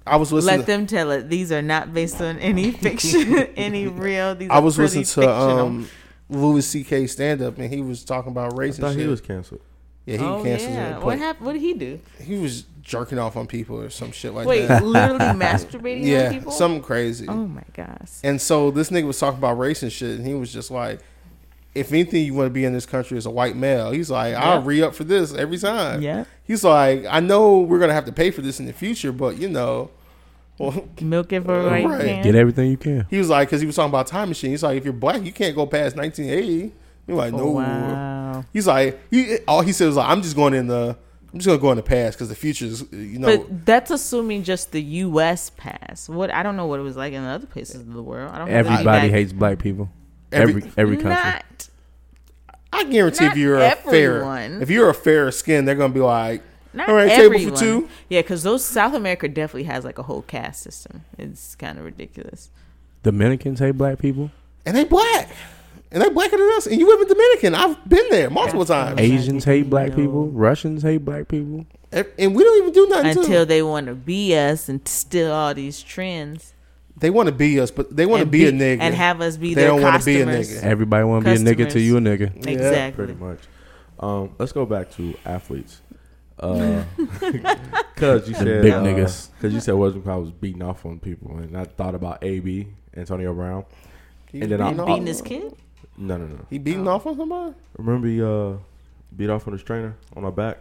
Speaker 4: I was listening.
Speaker 6: Let them tell it. These are not based on any fiction, any real. These
Speaker 4: I was
Speaker 6: are
Speaker 4: listening
Speaker 6: pretty
Speaker 4: to
Speaker 6: fictional.
Speaker 4: um, Louis C.K. stand up, and he was talking about
Speaker 2: I
Speaker 4: race and
Speaker 2: thought
Speaker 4: shit.
Speaker 2: he was canceled.
Speaker 4: yeah, he
Speaker 6: oh
Speaker 4: canceled
Speaker 6: yeah.
Speaker 4: it.
Speaker 6: What happened? What did he do?
Speaker 4: he was jerking off on people or some shit like
Speaker 6: Wait,
Speaker 4: that.
Speaker 6: literally masturbating on
Speaker 4: Yeah,
Speaker 6: people.
Speaker 4: something crazy.
Speaker 6: oh my gosh.
Speaker 4: And so this nigga was talking about race and shit, and he was just like, "If anything, you want to be in this country as a white male." He's like, "I'll
Speaker 6: Yeah.
Speaker 4: re up for this every time."
Speaker 6: Yeah.
Speaker 4: He's like, "I know we're gonna have to pay for this in the future, but you know." Well,
Speaker 6: Milk it for a right,
Speaker 4: Right.
Speaker 6: hand.
Speaker 5: Get everything you can.
Speaker 4: he was like, because he was talking about time machine. He's like, "If you're black, you can't go past 1980." He's like, "No."
Speaker 6: Oh, Wow.
Speaker 4: He's like, he all he said was like, "I'm just going in the." I'm just gonna go in the past because the future is, you know,
Speaker 6: But that's assuming just the U.S. pass. What I don't know what it was like in other places of the world. I don't. know that you
Speaker 5: Everybody
Speaker 6: guys-
Speaker 5: hates black people.
Speaker 4: Every-
Speaker 5: Every every country.
Speaker 6: Not,
Speaker 4: I guarantee if
Speaker 6: Not
Speaker 4: you're a fair,
Speaker 6: everyone.
Speaker 4: if you're a fair skin, they're gonna be like,
Speaker 6: not
Speaker 4: all right,
Speaker 6: everyone.
Speaker 4: table for two.
Speaker 6: Yeah, because those South America definitely has like a whole caste system. It's kind of ridiculous.
Speaker 5: Dominicans hate black people.
Speaker 4: and they black, and they blacker than us. And you live in Dominican. I've been there multiple times,
Speaker 6: Hey.
Speaker 5: Asians hate black
Speaker 6: No.
Speaker 5: people. Russians hate black people.
Speaker 4: and, and we don't even do nothing to
Speaker 6: Until
Speaker 4: them.
Speaker 6: they want to be us and steal all these trends.
Speaker 4: They want to be us, but they want to
Speaker 6: and
Speaker 4: be, a nigga.
Speaker 6: and have us be
Speaker 4: They
Speaker 6: their
Speaker 4: don't wanna be a
Speaker 6: customers.
Speaker 4: nigga.
Speaker 5: Everybody want to be a nigga till
Speaker 6: Customers.
Speaker 5: you a nigga.
Speaker 4: Yeah,
Speaker 6: Exactly.
Speaker 2: Pretty much. Um, let's go back to athletes. Because you said
Speaker 5: big
Speaker 2: uh,
Speaker 5: niggas.
Speaker 2: Because you said Westbrook was beating off on people, and I thought about AB Antonio Brown.
Speaker 4: He
Speaker 2: And then I-
Speaker 4: beating
Speaker 6: beating
Speaker 4: off-
Speaker 6: his kid. Oh.
Speaker 2: No, no, no.
Speaker 4: He beating off on somebody?
Speaker 2: Remember he uh, beat off on his trainer on our back?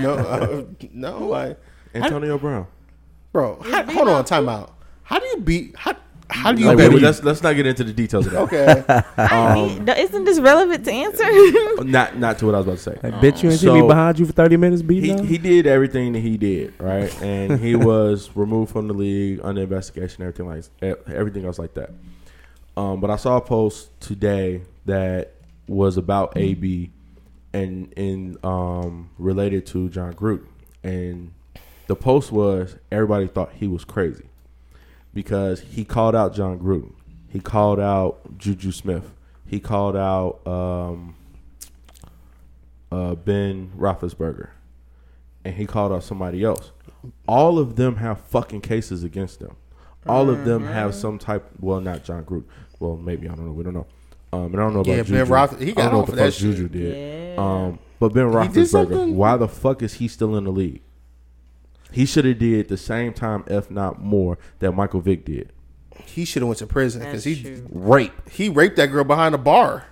Speaker 4: No, uh, no, like,
Speaker 2: Antonio Brown.
Speaker 4: bro. How,
Speaker 6: beating
Speaker 4: hold on,
Speaker 6: off
Speaker 4: time out. How do you beat? How how do you
Speaker 2: Like,
Speaker 5: what
Speaker 4: beat?
Speaker 5: do
Speaker 2: wait,
Speaker 5: you-
Speaker 2: let's let's not get into the details of that.
Speaker 4: Okay,
Speaker 6: I mean, th- isn't this relevant to answer?
Speaker 2: Not not to what I was about to say.
Speaker 5: That bitch, you ain't
Speaker 2: So-
Speaker 5: see me behind you for thirty minutes, beating
Speaker 2: He
Speaker 5: up?
Speaker 2: he did everything that he did right, and he was removed from the league under investigation, everything like e- everything else like that. Um, but I saw a post today that was about AB and and um, related to John Gruden, and the post was everybody thought he was crazy because he called out John Gruden, he called out Juju Smith, he called out um, uh, Ben Roethlisberger, and he called out somebody else. All of them have fucking cases against them. All of them have
Speaker 4: Mm-hmm.
Speaker 2: some type. Well, not John Gruden. Well, maybe I don't know. We don't know. Um, and I don't know
Speaker 4: Yeah,
Speaker 2: about
Speaker 4: Ben
Speaker 2: Juju.
Speaker 4: Roeth- he
Speaker 2: I
Speaker 4: got
Speaker 2: don't know
Speaker 4: off
Speaker 2: what the
Speaker 4: of that
Speaker 2: fuck
Speaker 4: shit.
Speaker 2: Juju did.
Speaker 6: yeah.
Speaker 2: Um, but Ben
Speaker 4: He did
Speaker 2: Roethlisberger,
Speaker 4: something?
Speaker 2: why the fuck is he still in the league? He should have did the same time, if not more, that Michael Vick did.
Speaker 4: he should have went to prison because
Speaker 6: That's
Speaker 4: he
Speaker 6: true.
Speaker 2: Rape.
Speaker 4: he raped that girl behind a bar.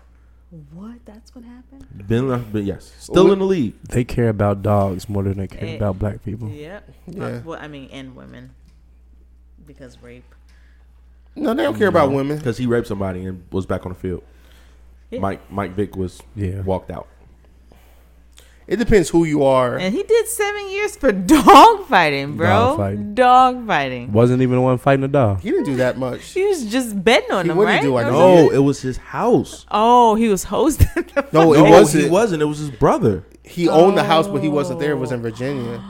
Speaker 6: What? That's what happened.
Speaker 2: Ben, Roeth- but yes, still in the league.
Speaker 5: They care about dogs more than they
Speaker 6: Eh.
Speaker 5: care about black people.
Speaker 6: Yep.
Speaker 4: Yeah.
Speaker 6: well, I mean, and women because rape.
Speaker 4: No, they don't care about women.
Speaker 2: because he raped somebody and was back on the field.
Speaker 6: Yeah.
Speaker 2: Mike Mike Vick was
Speaker 5: Yeah.
Speaker 2: walked out.
Speaker 4: It depends who you are.
Speaker 6: And he did seven years for dog fighting, bro. Dog
Speaker 5: Dogfighting.
Speaker 6: fighting.
Speaker 5: Wasn't even the one fighting the dog.
Speaker 4: He didn't do that much.
Speaker 6: She was just betting on
Speaker 4: He-
Speaker 6: him,
Speaker 4: what did he
Speaker 6: right?
Speaker 4: do? Like,
Speaker 6: Or
Speaker 4: no.
Speaker 6: something?
Speaker 2: No, Oh, it was his house.
Speaker 6: Oh, he was hosting. The
Speaker 4: No, it
Speaker 2: no,
Speaker 4: wasn't.
Speaker 2: he wasn't. It was his brother.
Speaker 4: He owned the house, but he wasn't there. It
Speaker 6: Oh.
Speaker 4: was in Virginia.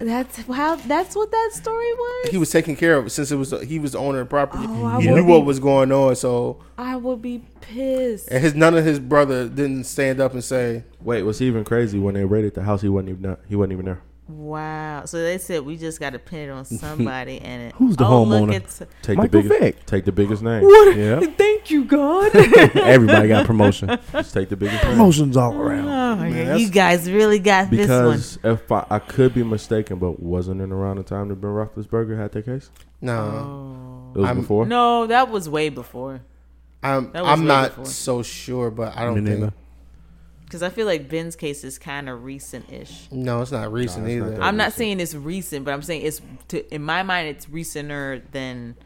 Speaker 6: That's how. That's what that story was.
Speaker 4: He was taking care of it since it was he was the owner of the property.
Speaker 6: Oh, I
Speaker 4: he
Speaker 6: would
Speaker 4: knew
Speaker 6: be-
Speaker 4: what was going on. So
Speaker 6: I would be pissed.
Speaker 4: and his none of his brother didn't stand up and say,
Speaker 2: Wait, was he even crazy when they raided the house? He wasn't even there. he wasn't even there.
Speaker 6: Wow. So they said we just got to pin it on somebody, and it,
Speaker 5: Who's the
Speaker 6: oh, Look,
Speaker 5: homeowner?
Speaker 6: it's,
Speaker 2: Take
Speaker 5: Michael
Speaker 2: the biggest
Speaker 5: Vick.
Speaker 2: take the biggest name.
Speaker 6: what?
Speaker 5: Yeah.
Speaker 6: Thank you, God.
Speaker 5: Everybody got promotion.
Speaker 2: Just take the biggest name.
Speaker 5: Promotions all around.
Speaker 6: Oh, my God.
Speaker 4: that's-
Speaker 6: you guys really got this
Speaker 2: Because if I, I could be mistaken, but wasn't it around the time that Ben Roethlisberger had that case?
Speaker 6: Oh.
Speaker 4: "No,
Speaker 6: one.
Speaker 2: It was
Speaker 4: I'm-
Speaker 2: before.
Speaker 6: No, that was way before.
Speaker 4: I'm
Speaker 6: That was
Speaker 4: I'm
Speaker 6: way
Speaker 4: not
Speaker 6: before.
Speaker 4: so sure, but I
Speaker 5: Me
Speaker 4: don't
Speaker 5: neither.
Speaker 4: think
Speaker 6: Because I feel like Ben's case is kind of recent-ish.
Speaker 4: no, it's not recent
Speaker 2: it's not
Speaker 4: either.
Speaker 2: that.
Speaker 6: I'm not
Speaker 2: recent.
Speaker 6: saying it's recent, but I'm saying it's to, in my mind it's recenter than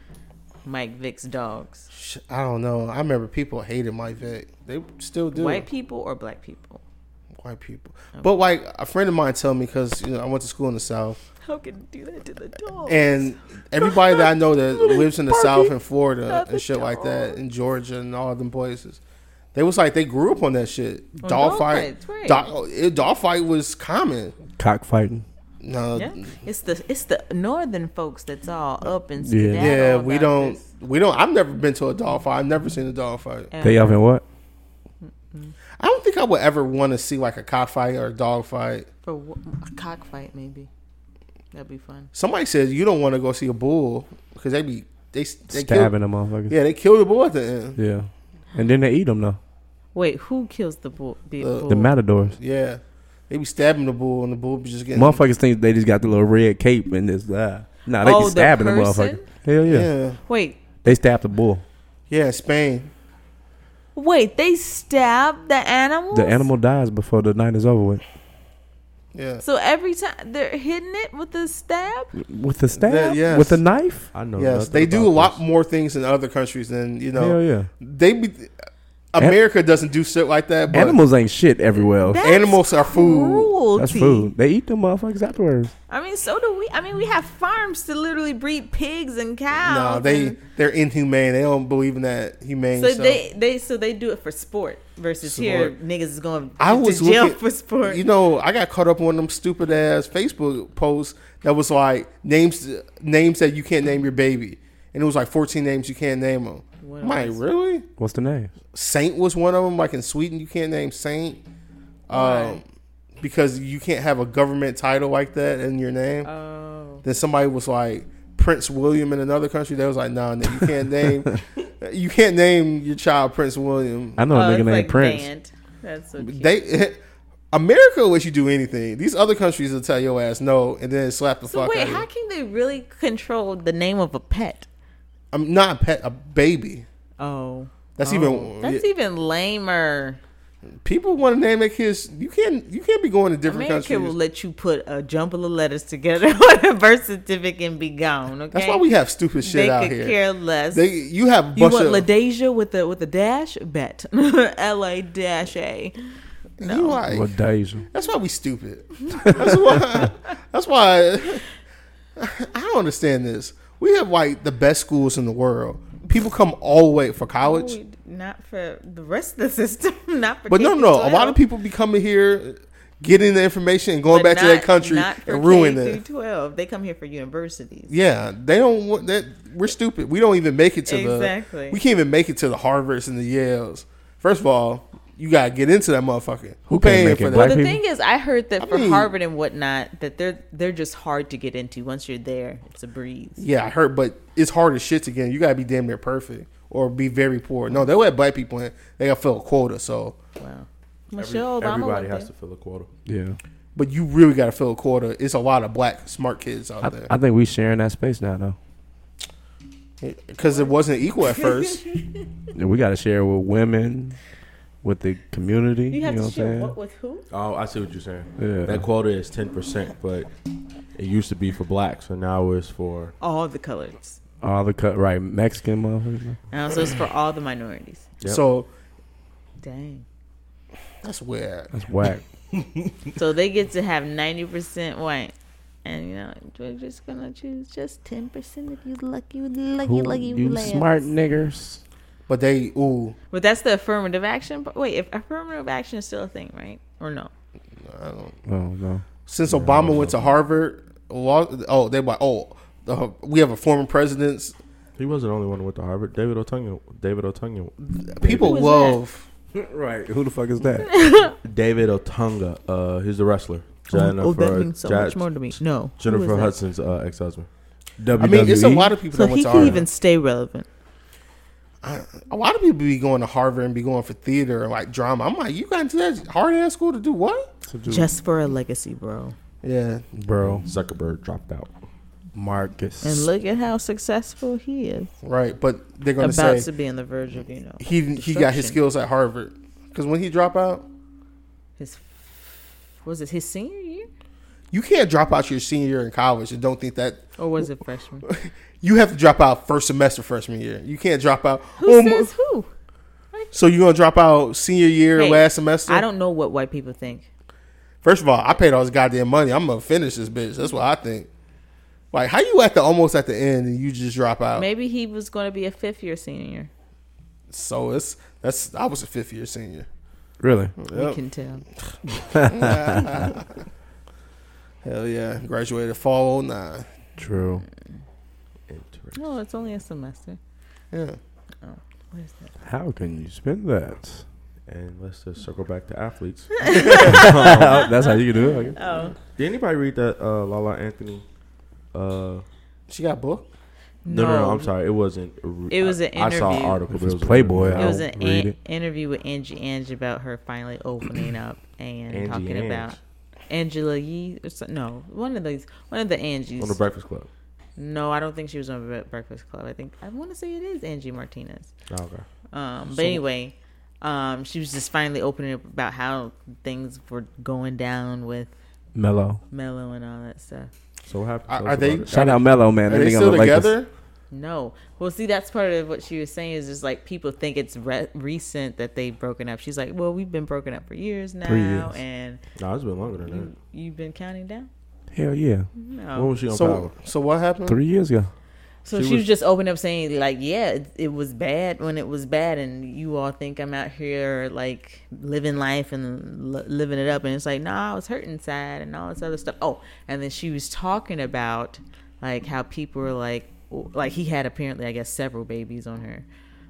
Speaker 6: Mike Vick's dogs.
Speaker 4: Sh- I don't know. I remember people hated Mike Vick. They still do.
Speaker 6: White people or black people?
Speaker 4: White people. But like a friend of mine told me because you know I went to school in the South,
Speaker 6: How can you do that to the dog?
Speaker 4: and everybody that I know that lives in the South and Florida
Speaker 6: Not the
Speaker 4: and shit like that, in Georgia and all them places, they was like they grew up on that shit. Dog
Speaker 6: On Oh, dog
Speaker 4: fight,
Speaker 6: fights, right.
Speaker 4: dog, oh, it, dog fight was common.
Speaker 5: Cockfighting.
Speaker 4: No,
Speaker 6: yeah, it's the it's the northern folks that's all up and
Speaker 5: Yeah.
Speaker 6: skedaddle
Speaker 4: yeah, we
Speaker 6: about
Speaker 4: don't,
Speaker 6: this.
Speaker 4: we don't. I've never been to a dog fight. I've never seen a dog fight.
Speaker 6: And-
Speaker 5: They up in what?
Speaker 4: I don't think I would ever want to see like a cockfight or a dog fight.
Speaker 6: for wh- a cockfight maybe that'd be fun.
Speaker 4: Somebody said you don't want to go see a bull because they be they, they kill
Speaker 5: Stabbing them motherfuckers.
Speaker 4: Yeah, they killed the boy at the end.
Speaker 5: Yeah. And then they eat them though.
Speaker 6: Wait, who kills the bull? The,
Speaker 4: Uh,
Speaker 6: bull?
Speaker 5: The matadors.
Speaker 4: Yeah. They be stabbing the bull and the bull be just getting
Speaker 5: Motherfuckers think they just got the little red cape and this. Uh, nah, they
Speaker 6: Oh,
Speaker 5: be
Speaker 6: the
Speaker 5: stabbing the,
Speaker 6: person?
Speaker 5: motherfucker. Hell yeah.
Speaker 4: Yeah.
Speaker 6: Wait,
Speaker 5: They stabbed the bull.
Speaker 4: Yeah, Spain.
Speaker 6: wait, they stab the animal.
Speaker 5: The animal dies before the night is over with.
Speaker 4: Yeah.
Speaker 6: So every time they're hitting it with a stab.
Speaker 5: With the stab?
Speaker 4: That- yes.
Speaker 5: With the knife?
Speaker 2: I know.
Speaker 4: yes.
Speaker 2: nothing
Speaker 4: They do
Speaker 2: about
Speaker 4: a lot
Speaker 2: this.
Speaker 4: more things in other countries than, you know
Speaker 5: Hell yeah.
Speaker 4: they be America doesn't do shit like that, but
Speaker 5: Animals ain't shit everywhere else.
Speaker 6: That's
Speaker 4: animals are food.
Speaker 6: Cruelty.
Speaker 5: That's food. They eat them motherfuckers afterwards.
Speaker 6: I mean, so do we. I mean, we have farms to literally breed pigs and cows.
Speaker 4: no, they
Speaker 6: and-
Speaker 4: they're inhumane. They don't believe in that humane
Speaker 6: So
Speaker 4: stuff.
Speaker 6: they they so they do it for sport versus here
Speaker 4: Sport.
Speaker 6: niggas is going
Speaker 4: I
Speaker 6: to
Speaker 4: was
Speaker 6: jail
Speaker 4: looking-
Speaker 6: for sport.
Speaker 4: You know, I got caught up on them stupid ass Facebook posts that was like names names that you can't name your baby, and it was like fourteen names you can't name them.
Speaker 6: What
Speaker 4: I'm like,
Speaker 6: else?
Speaker 4: really?
Speaker 5: What's the name?
Speaker 4: Saint was one of them. Like in Sweden, you can't name Saint
Speaker 6: Why?
Speaker 4: um, because you can't have a government title like that in your name.
Speaker 6: oh,
Speaker 4: then somebody was like Prince William in another country. They was like, nah, nah, you can't name you can't name your child Prince William.
Speaker 5: I know
Speaker 6: oh,
Speaker 5: a nigga
Speaker 6: it's
Speaker 5: named
Speaker 6: like
Speaker 5: Prince.
Speaker 6: banned. That's so cute.
Speaker 4: They America will let you do anything. These other countries will tell your ass no and then slap the
Speaker 6: so
Speaker 4: fuck
Speaker 6: wait,
Speaker 4: out of
Speaker 6: how
Speaker 4: you.
Speaker 6: can they really control the name of a pet?
Speaker 4: I'm not a pet, a baby.
Speaker 6: Oh,
Speaker 4: That's
Speaker 6: Oh.
Speaker 4: even
Speaker 6: that's e- even lamer.
Speaker 4: people want to name their kids. You can't you can't be going to different
Speaker 6: America
Speaker 4: countries.
Speaker 6: will let you put a jumble of letters together on a birth certificate and be gone. Okay,
Speaker 4: That's why we have stupid shit
Speaker 6: they
Speaker 4: out
Speaker 6: could
Speaker 4: here.
Speaker 6: care less.
Speaker 4: They you have a
Speaker 6: you
Speaker 4: bunch
Speaker 6: want
Speaker 4: of
Speaker 6: Ladasia with a with a dash? Bet L A dash A.
Speaker 4: you like-
Speaker 5: What days?
Speaker 4: That's why we stupid. That's why. that's why. I don't understand this. We have like the best schools in the world. People come all the way for college,
Speaker 6: We- Not for the rest of the system. Not for
Speaker 4: but no,
Speaker 6: K
Speaker 4: no.
Speaker 6: through
Speaker 4: A lot of
Speaker 6: 12,
Speaker 4: people be coming here, getting the information and going
Speaker 6: but
Speaker 4: back to their
Speaker 6: not-
Speaker 4: country
Speaker 6: not for
Speaker 4: and ruin
Speaker 6: K through
Speaker 4: it.
Speaker 6: Twelve, they come here for universities.
Speaker 4: Yeah, they don't want that. We're stupid. We don't even make it to
Speaker 6: Exactly.
Speaker 4: the. We can't even make it to the Harvards and the Yales. First of all, you gotta get into that motherfucker. Who
Speaker 5: Who can't
Speaker 4: paying
Speaker 5: make
Speaker 4: for
Speaker 5: it?
Speaker 4: that?
Speaker 5: Black
Speaker 6: But the
Speaker 5: people?
Speaker 6: thing is, I heard that
Speaker 4: I
Speaker 6: for
Speaker 4: mean-
Speaker 6: Harvard and whatnot, that they're they're just hard to get into. Once you're there, it's a breeze.
Speaker 4: Yeah, I heard, but it's hard as shit to get in. You gotta be damn near perfect or be very poor. No, they'll let black people in. They gotta fill a quota. So,
Speaker 6: Wow.
Speaker 2: Every-
Speaker 6: Michelle Obama
Speaker 2: everybody
Speaker 6: went
Speaker 2: has to
Speaker 6: there.
Speaker 2: fill a quota.
Speaker 5: Yeah.
Speaker 4: but you really gotta fill a quota. It's a lot of black smart kids
Speaker 5: I,
Speaker 4: out there
Speaker 5: I think we sharing that space now though.
Speaker 4: because it wasn't equal at first.
Speaker 5: Yeah, we got to share with women, with the community. You,
Speaker 6: You have
Speaker 5: know
Speaker 6: to
Speaker 5: what I'm
Speaker 6: share
Speaker 5: saying?
Speaker 6: what with who?
Speaker 2: Oh, I see what you're saying.
Speaker 5: Yeah.
Speaker 2: That quota is ten percent, but it used to be for blacks, so now it's for
Speaker 6: All the colors.
Speaker 5: All the cut right Mexican motherfuckers.
Speaker 6: Uh, so it's for all the minorities.
Speaker 2: Yep.
Speaker 4: So
Speaker 6: Dang.
Speaker 4: that's weird.
Speaker 5: That's whack.
Speaker 6: So they get to have ninety percent white. And you know, we're just gonna choose just ten percent if you lucky lucky
Speaker 5: Who,
Speaker 6: lucky
Speaker 5: you
Speaker 6: lambs.
Speaker 5: smart niggers.
Speaker 4: But they ooh,
Speaker 6: But that's the affirmative action but wait, if affirmative action is still a thing, right? Or no?
Speaker 4: I don't.
Speaker 5: Oh no.
Speaker 4: Since Obama went to Harvard, law, oh they like oh the, we have a former president's.
Speaker 2: he wasn't the only one who went to Harvard. David Otunga, David Otunga,
Speaker 4: People
Speaker 6: Who is
Speaker 4: love.
Speaker 5: right. Who the fuck is that?
Speaker 2: David Otunga. Uh, he's a wrestler.
Speaker 6: oh, that
Speaker 2: Jennifer-
Speaker 6: means so much
Speaker 2: Ja-
Speaker 6: more to me. No. Who is
Speaker 2: Jennifer
Speaker 6: that?
Speaker 2: Hudson's uh, ex-husband.
Speaker 5: WWE.
Speaker 4: I mean, it's a
Speaker 2: E?
Speaker 4: lot of people
Speaker 6: So
Speaker 4: that went
Speaker 6: he
Speaker 4: to
Speaker 6: can
Speaker 4: Harvard.
Speaker 6: even stay relevant.
Speaker 4: a lot of people be going to Harvard and be going for theater and like drama. I'm like, you got into that hard ass school to do what?
Speaker 6: Just for a legacy, bro.
Speaker 4: Yeah,
Speaker 5: bro.
Speaker 2: Zuckerberg dropped out.
Speaker 5: Marcus.
Speaker 6: And look at how successful he is.
Speaker 4: right. But they're gonna
Speaker 6: About
Speaker 4: say
Speaker 6: to be on the verge of, you know,
Speaker 4: he he got his
Speaker 6: destruction.
Speaker 4: skills at Harvard because when he drop out,
Speaker 6: his was it his senior year?
Speaker 4: you can't drop out your senior year in college and don't think that
Speaker 6: Or was it freshman?
Speaker 4: you have to drop out first semester freshman year. You can't drop out.
Speaker 6: Who
Speaker 4: Oh, my-
Speaker 6: says who?
Speaker 4: so you're gonna drop out senior year
Speaker 6: Hey,
Speaker 4: last semester?
Speaker 6: I don't know what white people think.
Speaker 4: First of all, I paid all this goddamn money. I'm gonna finish this bitch. That's what I think. Like, how you at the almost at the end and you just drop out?
Speaker 6: Maybe he was going to be a fifth year senior.
Speaker 4: So it's that's I was a fifth year senior.
Speaker 5: really?
Speaker 6: We
Speaker 4: Yep.
Speaker 6: can tell.
Speaker 4: Hell yeah. Graduated fall 09.
Speaker 5: True.
Speaker 2: Interesting.
Speaker 6: No, it's only a semester.
Speaker 4: Yeah.
Speaker 6: What is that?
Speaker 5: How can you spend that?
Speaker 2: And let's just circle back to athletes.
Speaker 5: Oh, That's how you can do it. I guess.
Speaker 6: Oh
Speaker 2: Did anybody read that uh, Lala Anthony? Uh,
Speaker 4: She got booked.
Speaker 2: no, no, no, I'm sorry. It wasn't. a re-
Speaker 6: It was an
Speaker 2: I, I saw an
Speaker 6: interview.
Speaker 2: article.
Speaker 5: If
Speaker 2: but
Speaker 5: it's
Speaker 2: an
Speaker 5: Playboy,
Speaker 2: interview.
Speaker 6: It was
Speaker 5: I'll
Speaker 6: an
Speaker 5: read
Speaker 6: an-
Speaker 5: it.
Speaker 6: interview with Angie Ange about her finally opening up and
Speaker 2: Angie
Speaker 6: talking
Speaker 2: Ange.
Speaker 6: about Angela Yee. Or so, no, one of these, one of the Angies.
Speaker 2: on the Breakfast Club.
Speaker 6: no, I don't think she was on Bre- Breakfast Club. I think I want to say it is Angie Martinez.
Speaker 2: Oh, okay.
Speaker 6: Um, but anyway, um, she was just finally opening up about how things were going down with
Speaker 5: Mellow.
Speaker 6: Mello and all that stuff.
Speaker 2: So what happened?
Speaker 4: Are-
Speaker 2: Tell
Speaker 4: are
Speaker 2: us
Speaker 4: they-
Speaker 2: about it.
Speaker 5: Shout out Mellow, man.
Speaker 4: Are
Speaker 5: That
Speaker 4: they
Speaker 5: nigga
Speaker 4: still
Speaker 5: look like this-
Speaker 4: together?
Speaker 6: No, well, see, that's part of what she was saying is just like people think it's re- recent that they've broken up. She's like, well, we've been broken up for years now,
Speaker 5: years.
Speaker 6: and
Speaker 2: No, it's been longer than
Speaker 4: Mm.
Speaker 2: that.
Speaker 6: you, you've been counting down.
Speaker 5: Hell yeah.
Speaker 2: When
Speaker 6: No,
Speaker 2: was she on Power?
Speaker 4: so, so what happened?
Speaker 5: Three years ago.
Speaker 6: so
Speaker 2: she
Speaker 6: she,
Speaker 2: was-
Speaker 6: was, just open up saying like, yeah, it, it was bad when it was bad, and you all think I'm out here like living life and li- living it up, and it's like, nah, I was hurt inside and all this other stuff. Oh, and then she was talking about like how people were like, like he had apparently, I guess, several babies on her.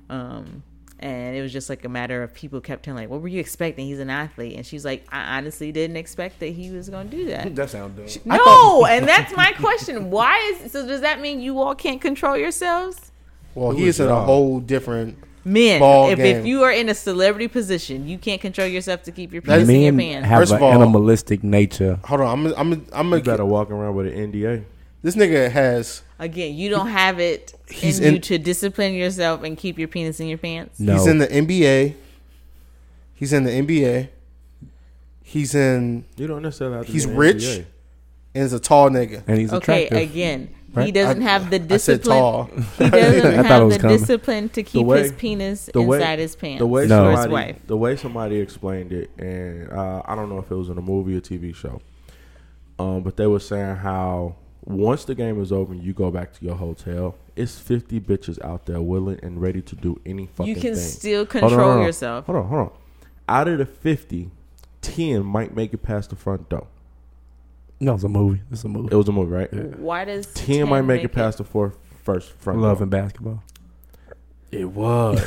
Speaker 6: um and it was just like a matter of people kept telling like what were you expecting he's an athlete and she's like i honestly didn't expect that he was gonna do that
Speaker 5: That sound dumb.
Speaker 6: no and that's my question why is so does that mean you all can't control yourselves
Speaker 4: Well,
Speaker 2: Who
Speaker 4: he is
Speaker 2: is
Speaker 4: in a
Speaker 2: y'all?
Speaker 4: whole different.
Speaker 6: men
Speaker 4: Ball
Speaker 6: if,
Speaker 4: game.
Speaker 6: if you are in a celebrity position you can't control yourself to keep your penis in your
Speaker 5: Men
Speaker 6: pants
Speaker 5: have
Speaker 4: First
Speaker 5: an
Speaker 4: of all-
Speaker 5: animalistic nature.
Speaker 4: Hold on, I'm I'm I'm
Speaker 2: You
Speaker 4: gonna
Speaker 2: gotta walk around with an NDA.
Speaker 4: This nigga has
Speaker 6: Again, you don't have it
Speaker 4: He's
Speaker 6: in you
Speaker 4: in-
Speaker 6: to discipline yourself and keep your penis in your pants.
Speaker 5: No,
Speaker 4: He's in the NBA. He's in the NBA. He's in
Speaker 2: You don't necessarily. Have to
Speaker 4: He's
Speaker 2: be in the
Speaker 4: rich.
Speaker 2: NBA.
Speaker 4: and he's a tall nigga.
Speaker 5: and he's
Speaker 6: Okay,
Speaker 5: attractive.
Speaker 6: again, he
Speaker 5: right?
Speaker 6: doesn't have the
Speaker 4: I said
Speaker 6: discipline.
Speaker 4: tall.
Speaker 6: He doesn't
Speaker 5: I thought it
Speaker 6: have
Speaker 5: was
Speaker 6: the
Speaker 5: coming.
Speaker 6: discipline to keep
Speaker 2: way-
Speaker 6: his penis
Speaker 2: the way-
Speaker 6: inside his pants.
Speaker 2: The way
Speaker 5: No.
Speaker 6: Or his
Speaker 2: somebody,
Speaker 6: wife.
Speaker 2: the way somebody explained it, and uh, I don't know if it was in a movie or TV show, um, but they were saying how once the game is over and you go back to your hotel, it's fifty bitches out there willing and ready to do any fucking
Speaker 6: You can
Speaker 2: thing.
Speaker 6: still
Speaker 2: Hold on,
Speaker 6: control
Speaker 2: hold on.
Speaker 6: yourself.
Speaker 2: Hold on, hold on. Out of the 50, 10 might make it past the front door.
Speaker 5: no, it's a movie. It's a movie.
Speaker 2: It was a movie, right?
Speaker 6: Why does
Speaker 2: 10, might make, it past the four, first front
Speaker 5: Love
Speaker 2: door.
Speaker 5: and basketball.
Speaker 2: It was.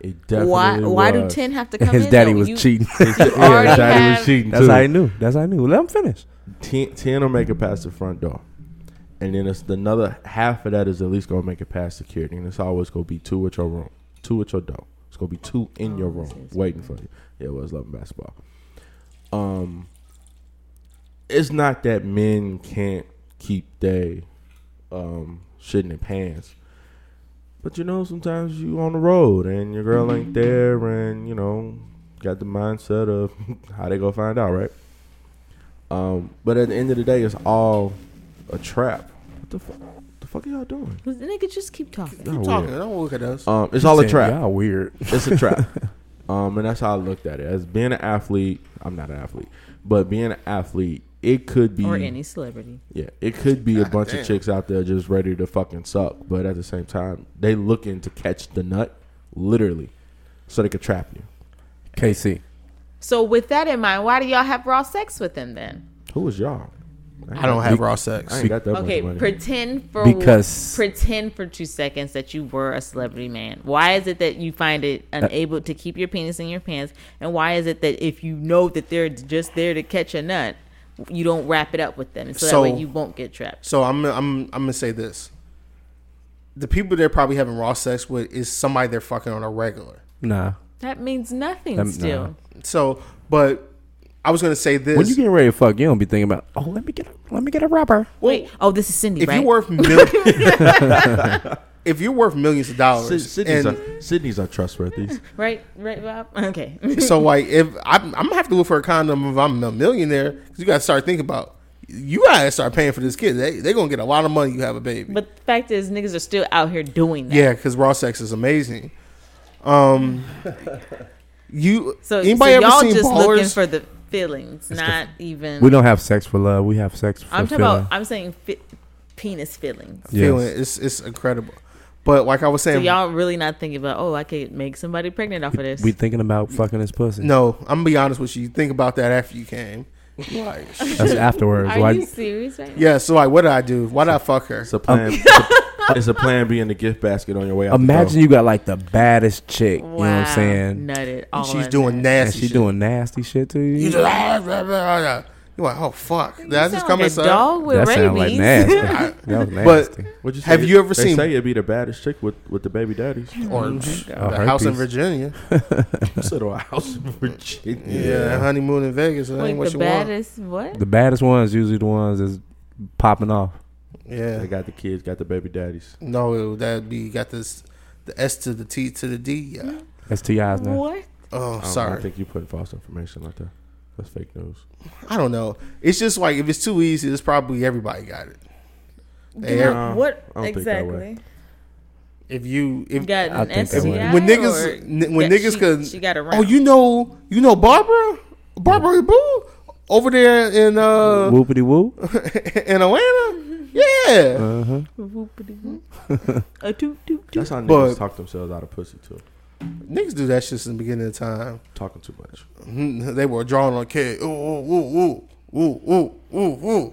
Speaker 2: it definitely
Speaker 6: Why? Why do
Speaker 2: was.
Speaker 6: ten have to come
Speaker 5: His
Speaker 6: in?
Speaker 5: daddy
Speaker 6: though?
Speaker 5: was
Speaker 6: You-
Speaker 5: cheating.
Speaker 2: Yeah,
Speaker 6: already
Speaker 2: Daddy was
Speaker 6: have-
Speaker 2: cheating
Speaker 5: That's
Speaker 2: too.
Speaker 5: how I knew. That's how I knew. Let him finish.
Speaker 2: 10, 10 will make it past the front door. And then it's another half of that is at least going to make it past security. And it's always going to be two at your room, two at your door. It's going to be two in your room waiting for you. Yeah, it was loving basketball. Um, It's not that men can't keep they um, shit in their pants. But you know, sometimes you on the road and your girl ain't there, and you know, got the mindset of how they go find out, right? Um, but at the end of the day, it's all a trap. What the fuck? The fuck are y'all doing?
Speaker 6: The nigga just keep talking.
Speaker 2: Y'all
Speaker 4: Keep talking.
Speaker 2: weird.
Speaker 4: Don't look at us.
Speaker 2: Um, it's all a
Speaker 5: Said,
Speaker 2: trap.
Speaker 5: Y'all weird.
Speaker 2: It's a trap. Um, and that's how I looked at it. As being an athlete, I'm not an athlete, but being an athlete, it could be
Speaker 6: Or
Speaker 5: Mm.
Speaker 6: any celebrity.
Speaker 2: yeah, it could be a bunch
Speaker 4: damn.
Speaker 2: of chicks out there just ready to fucking suck, but at the same time, they looking to catch the nut, literally, so they could trap you.
Speaker 5: KC.
Speaker 6: So with that in mind, why do y'all have raw sex with them then?
Speaker 2: Who is y'all?
Speaker 4: I don't have raw sex.
Speaker 2: I ain't got that
Speaker 6: Okay,
Speaker 2: much money.
Speaker 6: pretend for
Speaker 5: Because-
Speaker 6: pretend for two seconds that you were a celebrity man. Why is it that you find it
Speaker 5: Uh,
Speaker 6: unable to keep your penis in your pants, and why is it that if you know that they're just there to catch a nut, you don't wrap it up with them, so,
Speaker 4: So-
Speaker 6: that way you won't get trapped?
Speaker 4: So I'm I'm I'm gonna say this. The people they're probably having raw sex with is somebody they're fucking on a regular.
Speaker 5: Nah.
Speaker 6: That means nothing
Speaker 5: Um,
Speaker 6: still.
Speaker 5: no.
Speaker 4: So, but I was gonna say this.
Speaker 5: When you getting ready to fuck, you don't be thinking about. Oh, let me get a, let me get a rubber.
Speaker 6: Wait, oh, this is Cindy,
Speaker 4: if
Speaker 6: right?
Speaker 4: you're worth mil- if you're worth millions of
Speaker 2: Syd-
Speaker 4: dollars,
Speaker 2: Sydney's, are, Sydney's are trustworthy.
Speaker 6: right, right, Bob. Okay.
Speaker 4: So like, if I'm, I'm gonna have to look for a condom if I'm a millionaire, because you gotta start thinking about you gotta start paying for this kid. They they gonna get a lot of money. You have a baby.
Speaker 6: But the fact is, niggas are still out here doing that.
Speaker 4: yeah, because raw sex is amazing. Um, you
Speaker 6: So,
Speaker 4: anybody
Speaker 6: so
Speaker 4: ever
Speaker 6: y'all
Speaker 4: seen
Speaker 6: just looking
Speaker 4: ballers?
Speaker 6: for the feelings, not even.
Speaker 5: We don't have sex for love. We have sex for
Speaker 6: I'm talking
Speaker 5: feeling.
Speaker 6: about. I'm saying fi- penis feelings.
Speaker 5: Yes.
Speaker 4: feeling it's it's incredible. But like I was
Speaker 6: So
Speaker 4: saying,
Speaker 6: y'all really not thinking about? Oh, I could make somebody pregnant off of this.
Speaker 5: we thinking about fucking his pussy.
Speaker 4: no, I'm gonna be honest with you. Think about that after you came. Like,
Speaker 5: That's afterwards.
Speaker 6: are
Speaker 5: Why?
Speaker 6: you serious right now?
Speaker 4: yeah. So like, what did I do? Why did I fuck her?
Speaker 5: Um,
Speaker 2: It's a plan. it's, a, it's a plan B in the gift basket on your way out. the
Speaker 5: Imagine
Speaker 2: door.
Speaker 5: you got like the baddest chick. You know what I'm
Speaker 6: Wow,
Speaker 5: saying?
Speaker 6: Nutted. All
Speaker 4: She's
Speaker 6: of
Speaker 4: doing
Speaker 6: that.
Speaker 5: And
Speaker 4: nasty.
Speaker 5: she
Speaker 4: shit.
Speaker 5: doing nasty shit to you.
Speaker 4: You just ah, blah, blah, blah. you like, oh fuck! Did I
Speaker 6: You
Speaker 4: just
Speaker 6: sound
Speaker 4: come
Speaker 6: like a
Speaker 4: inside?
Speaker 6: dog with
Speaker 5: that
Speaker 6: rabies.
Speaker 5: sound like nasty. that was nasty.
Speaker 4: But
Speaker 2: What'd you
Speaker 4: Have
Speaker 2: say?
Speaker 4: you ever
Speaker 2: they
Speaker 4: seen-
Speaker 2: Say you'd be the baddest chick with, with the baby daddies.
Speaker 4: or
Speaker 5: Oh,
Speaker 4: the house in
Speaker 5: herpes.
Speaker 4: Virginia.
Speaker 2: Sit on a house in Virginia.
Speaker 4: Yeah, honeymoon in Vegas. That ain't
Speaker 6: Wait,
Speaker 4: what
Speaker 6: the
Speaker 4: you want.
Speaker 6: baddest what?
Speaker 5: the baddest ones usually the ones that's popping off.
Speaker 4: Yeah,
Speaker 2: They got the kids, got the baby daddies.
Speaker 4: no, that'd be got this the S to the T to the D. Yeah.
Speaker 5: That's Ti's now.
Speaker 6: What?
Speaker 4: Oh,
Speaker 2: I don't- I
Speaker 4: sorry.
Speaker 2: think you putting false information out there. That's fake news.
Speaker 4: I don't know. It's just like if it's too easy, it's probably everybody got it. They-
Speaker 2: Yeah. Nah,
Speaker 6: what
Speaker 2: I don't think that way.
Speaker 6: exactly?
Speaker 4: If you if
Speaker 6: Got
Speaker 5: I
Speaker 6: an
Speaker 5: think that way.
Speaker 6: STI
Speaker 4: when
Speaker 6: or-
Speaker 4: niggas n- when
Speaker 6: that
Speaker 4: niggas
Speaker 6: she,
Speaker 4: could
Speaker 6: she got around.
Speaker 4: oh you know you know Barbara Barbara Boo over there in uh
Speaker 5: Whoopity whoop.
Speaker 4: in Atlanta yeah
Speaker 5: Uh huh.
Speaker 6: Whoopity-whoop. A toot toot toot.
Speaker 2: That's how niggas
Speaker 4: But-
Speaker 2: talk themselves out of pussy too.
Speaker 4: Niggas do that shit since the beginning of time.
Speaker 2: Talking too much.
Speaker 4: Mhm, They were drawing on kid. Ooh, ooh, ooh, ooh, ooh, ooh, ooh, ooh.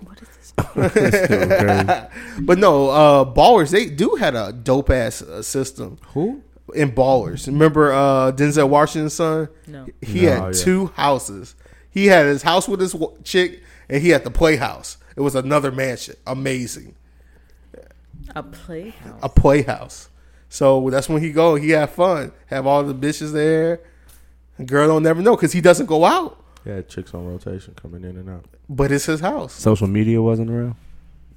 Speaker 4: But no, uh, ballers they do had a dope ass uh, system
Speaker 2: Who?
Speaker 4: in ballers. Remember uh, Denzel Washington's son?
Speaker 6: No.
Speaker 4: He
Speaker 2: No,
Speaker 4: had
Speaker 2: yeah.
Speaker 4: two houses. He had his house with his wa- chick, and he had the playhouse. It was another mansion. Amazing,
Speaker 6: A playhouse.
Speaker 4: a playhouse. So that's when he go. He had fun. Have all the bitches there. Girl don't never know because he doesn't go out.
Speaker 2: Yeah, chicks on rotation coming in and out.
Speaker 4: But it's his house.
Speaker 5: Social media wasn't around.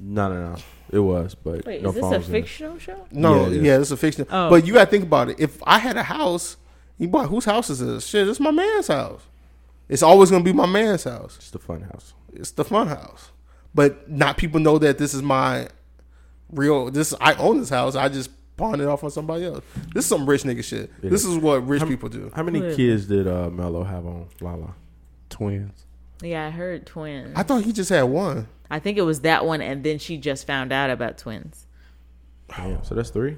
Speaker 2: No, no, no. It was, but
Speaker 6: Wait,
Speaker 2: no
Speaker 6: is this
Speaker 2: phone
Speaker 6: a
Speaker 2: was in it.
Speaker 6: fictional show?
Speaker 4: No,
Speaker 2: Yeah,
Speaker 4: yeah,
Speaker 2: it
Speaker 4: it's a fiction.
Speaker 6: Oh.
Speaker 4: But you got to think about it. If I had a house, you boy, whose house is this? Shit, it's my man's house. It's always gonna be my man's house.
Speaker 2: It's the fun house.
Speaker 4: It's the fun house. But not people know that this is my real. This I own this house. I just pawned it off on somebody else. This is some rich nigga shit.
Speaker 2: It
Speaker 4: this
Speaker 2: is.
Speaker 4: is what rich people do.
Speaker 2: How many
Speaker 6: Clearly.
Speaker 2: kids did uh, Mello have on Lala?
Speaker 5: Twins.
Speaker 6: Yeah, I heard twins.
Speaker 4: I thought he just had one.
Speaker 6: I think it was that one, and then she just found out about twins.
Speaker 2: Damn, so that's 3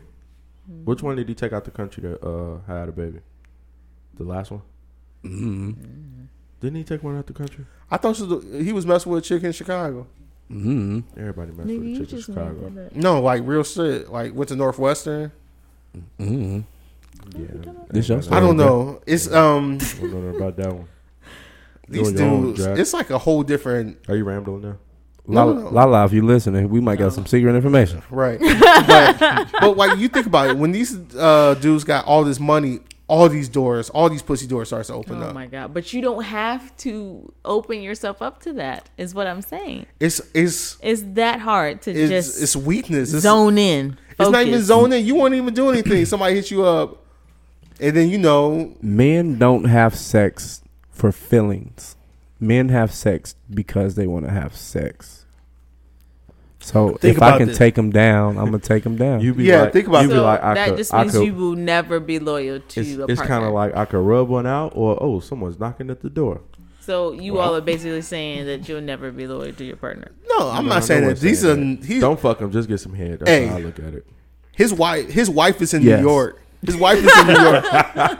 Speaker 6: Hmm.
Speaker 2: Which one did he take out the country to uh, had a baby? The last one?
Speaker 5: Mm.
Speaker 2: Didn't he take one out the country?
Speaker 4: I thought she was, he was messing with a chick in Chicago.
Speaker 5: Mm.
Speaker 2: Everybody messed
Speaker 6: Nigga, you
Speaker 2: with the chick in
Speaker 6: just
Speaker 2: Chicago.
Speaker 6: made that up.
Speaker 4: No, like real shit. Like went to Northwestern.
Speaker 5: Mm.
Speaker 2: Yeah,
Speaker 5: This your
Speaker 2: everybody-
Speaker 5: story.
Speaker 4: I don't
Speaker 5: bro.
Speaker 4: know. It's
Speaker 2: I
Speaker 4: um
Speaker 2: don't know nothing about that one.
Speaker 4: these
Speaker 2: Doing your own
Speaker 4: dudes.
Speaker 2: drag.
Speaker 4: It's like a whole different
Speaker 2: Are you rambling now?
Speaker 4: No,
Speaker 5: Lala,
Speaker 4: no, no.
Speaker 5: Lala, if you listening, we might got some secret information.
Speaker 4: Right. but, but like you think about it, when these uh, dudes got all this money, all these doors, all these pussy doors starts to open
Speaker 6: Oh
Speaker 4: up.
Speaker 6: my god! But you don't have to open yourself up to that. Is what I'm saying.
Speaker 4: It's it's
Speaker 6: It's that hard to
Speaker 4: it's
Speaker 6: just
Speaker 4: it's weakness. It's,
Speaker 6: zone in.
Speaker 4: it's not even
Speaker 6: focus.
Speaker 4: zoning. You won't even do anything. Somebody hits you up, and then you know
Speaker 5: Men don't have sex for feelings. Men have sex because they want to have sex. So
Speaker 4: Think
Speaker 5: if I
Speaker 4: about
Speaker 5: can
Speaker 4: this.
Speaker 5: take them down, I'm gonna take them down.
Speaker 2: You be
Speaker 4: Yeah,
Speaker 2: like,
Speaker 4: think about
Speaker 2: you
Speaker 4: it.
Speaker 2: be
Speaker 6: So
Speaker 2: like, I
Speaker 6: that
Speaker 2: could,
Speaker 6: just
Speaker 2: I
Speaker 6: means
Speaker 2: could-
Speaker 6: you will never be loyal to
Speaker 2: It's,
Speaker 6: a
Speaker 2: it's kind
Speaker 6: partner.
Speaker 2: of like I could rub one out, or oh, someone's knocking at the door.
Speaker 6: so you all are basically saying that you'll never be loyal to your partner.
Speaker 4: no. I'm
Speaker 2: No,
Speaker 4: not
Speaker 2: no
Speaker 4: saying
Speaker 2: one's
Speaker 4: that. These are
Speaker 2: saying
Speaker 4: he,
Speaker 2: Don't fuck them. Just get some head. That's
Speaker 4: Hey.
Speaker 2: how I look at it.
Speaker 4: his wife. His wife is in
Speaker 5: Yes.
Speaker 4: New York. His wife is in New York,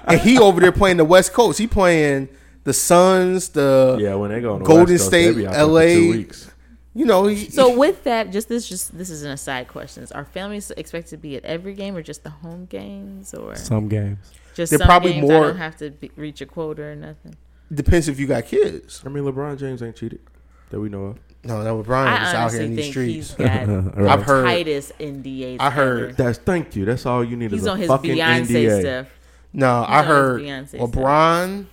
Speaker 4: and he over there playing the West Coast. He playing the Suns. The
Speaker 2: Yeah, when they go on the
Speaker 4: Golden
Speaker 2: West Coast,
Speaker 4: State,
Speaker 2: they be out there for
Speaker 4: LA.
Speaker 2: two weeks.
Speaker 4: you know. He,
Speaker 6: So with that, just this, just this is an aside question: Are families expected to be at every game or just the home games, or
Speaker 5: Some games.
Speaker 6: just
Speaker 4: They're
Speaker 6: some
Speaker 4: probably
Speaker 6: games? I
Speaker 4: more-
Speaker 6: don't have to be, reach a quota or nothing.
Speaker 4: depends if you got kids.
Speaker 2: I mean, LeBron James ain't cheated that we know of.
Speaker 4: No, that was Brian was
Speaker 6: I
Speaker 4: out here
Speaker 6: honestly
Speaker 4: in these
Speaker 6: think
Speaker 4: streets.
Speaker 6: he's got
Speaker 5: Right.
Speaker 4: I've heard.
Speaker 6: tightest NDAs.
Speaker 4: I heard
Speaker 6: ever.
Speaker 2: That's thank you. That's all you need
Speaker 6: he's
Speaker 2: is a
Speaker 6: on his
Speaker 2: fucking
Speaker 6: Beyonce
Speaker 2: NDA.
Speaker 6: stuff.
Speaker 4: No, I
Speaker 6: No, it's
Speaker 4: heard
Speaker 6: Beyonce
Speaker 4: LeBron,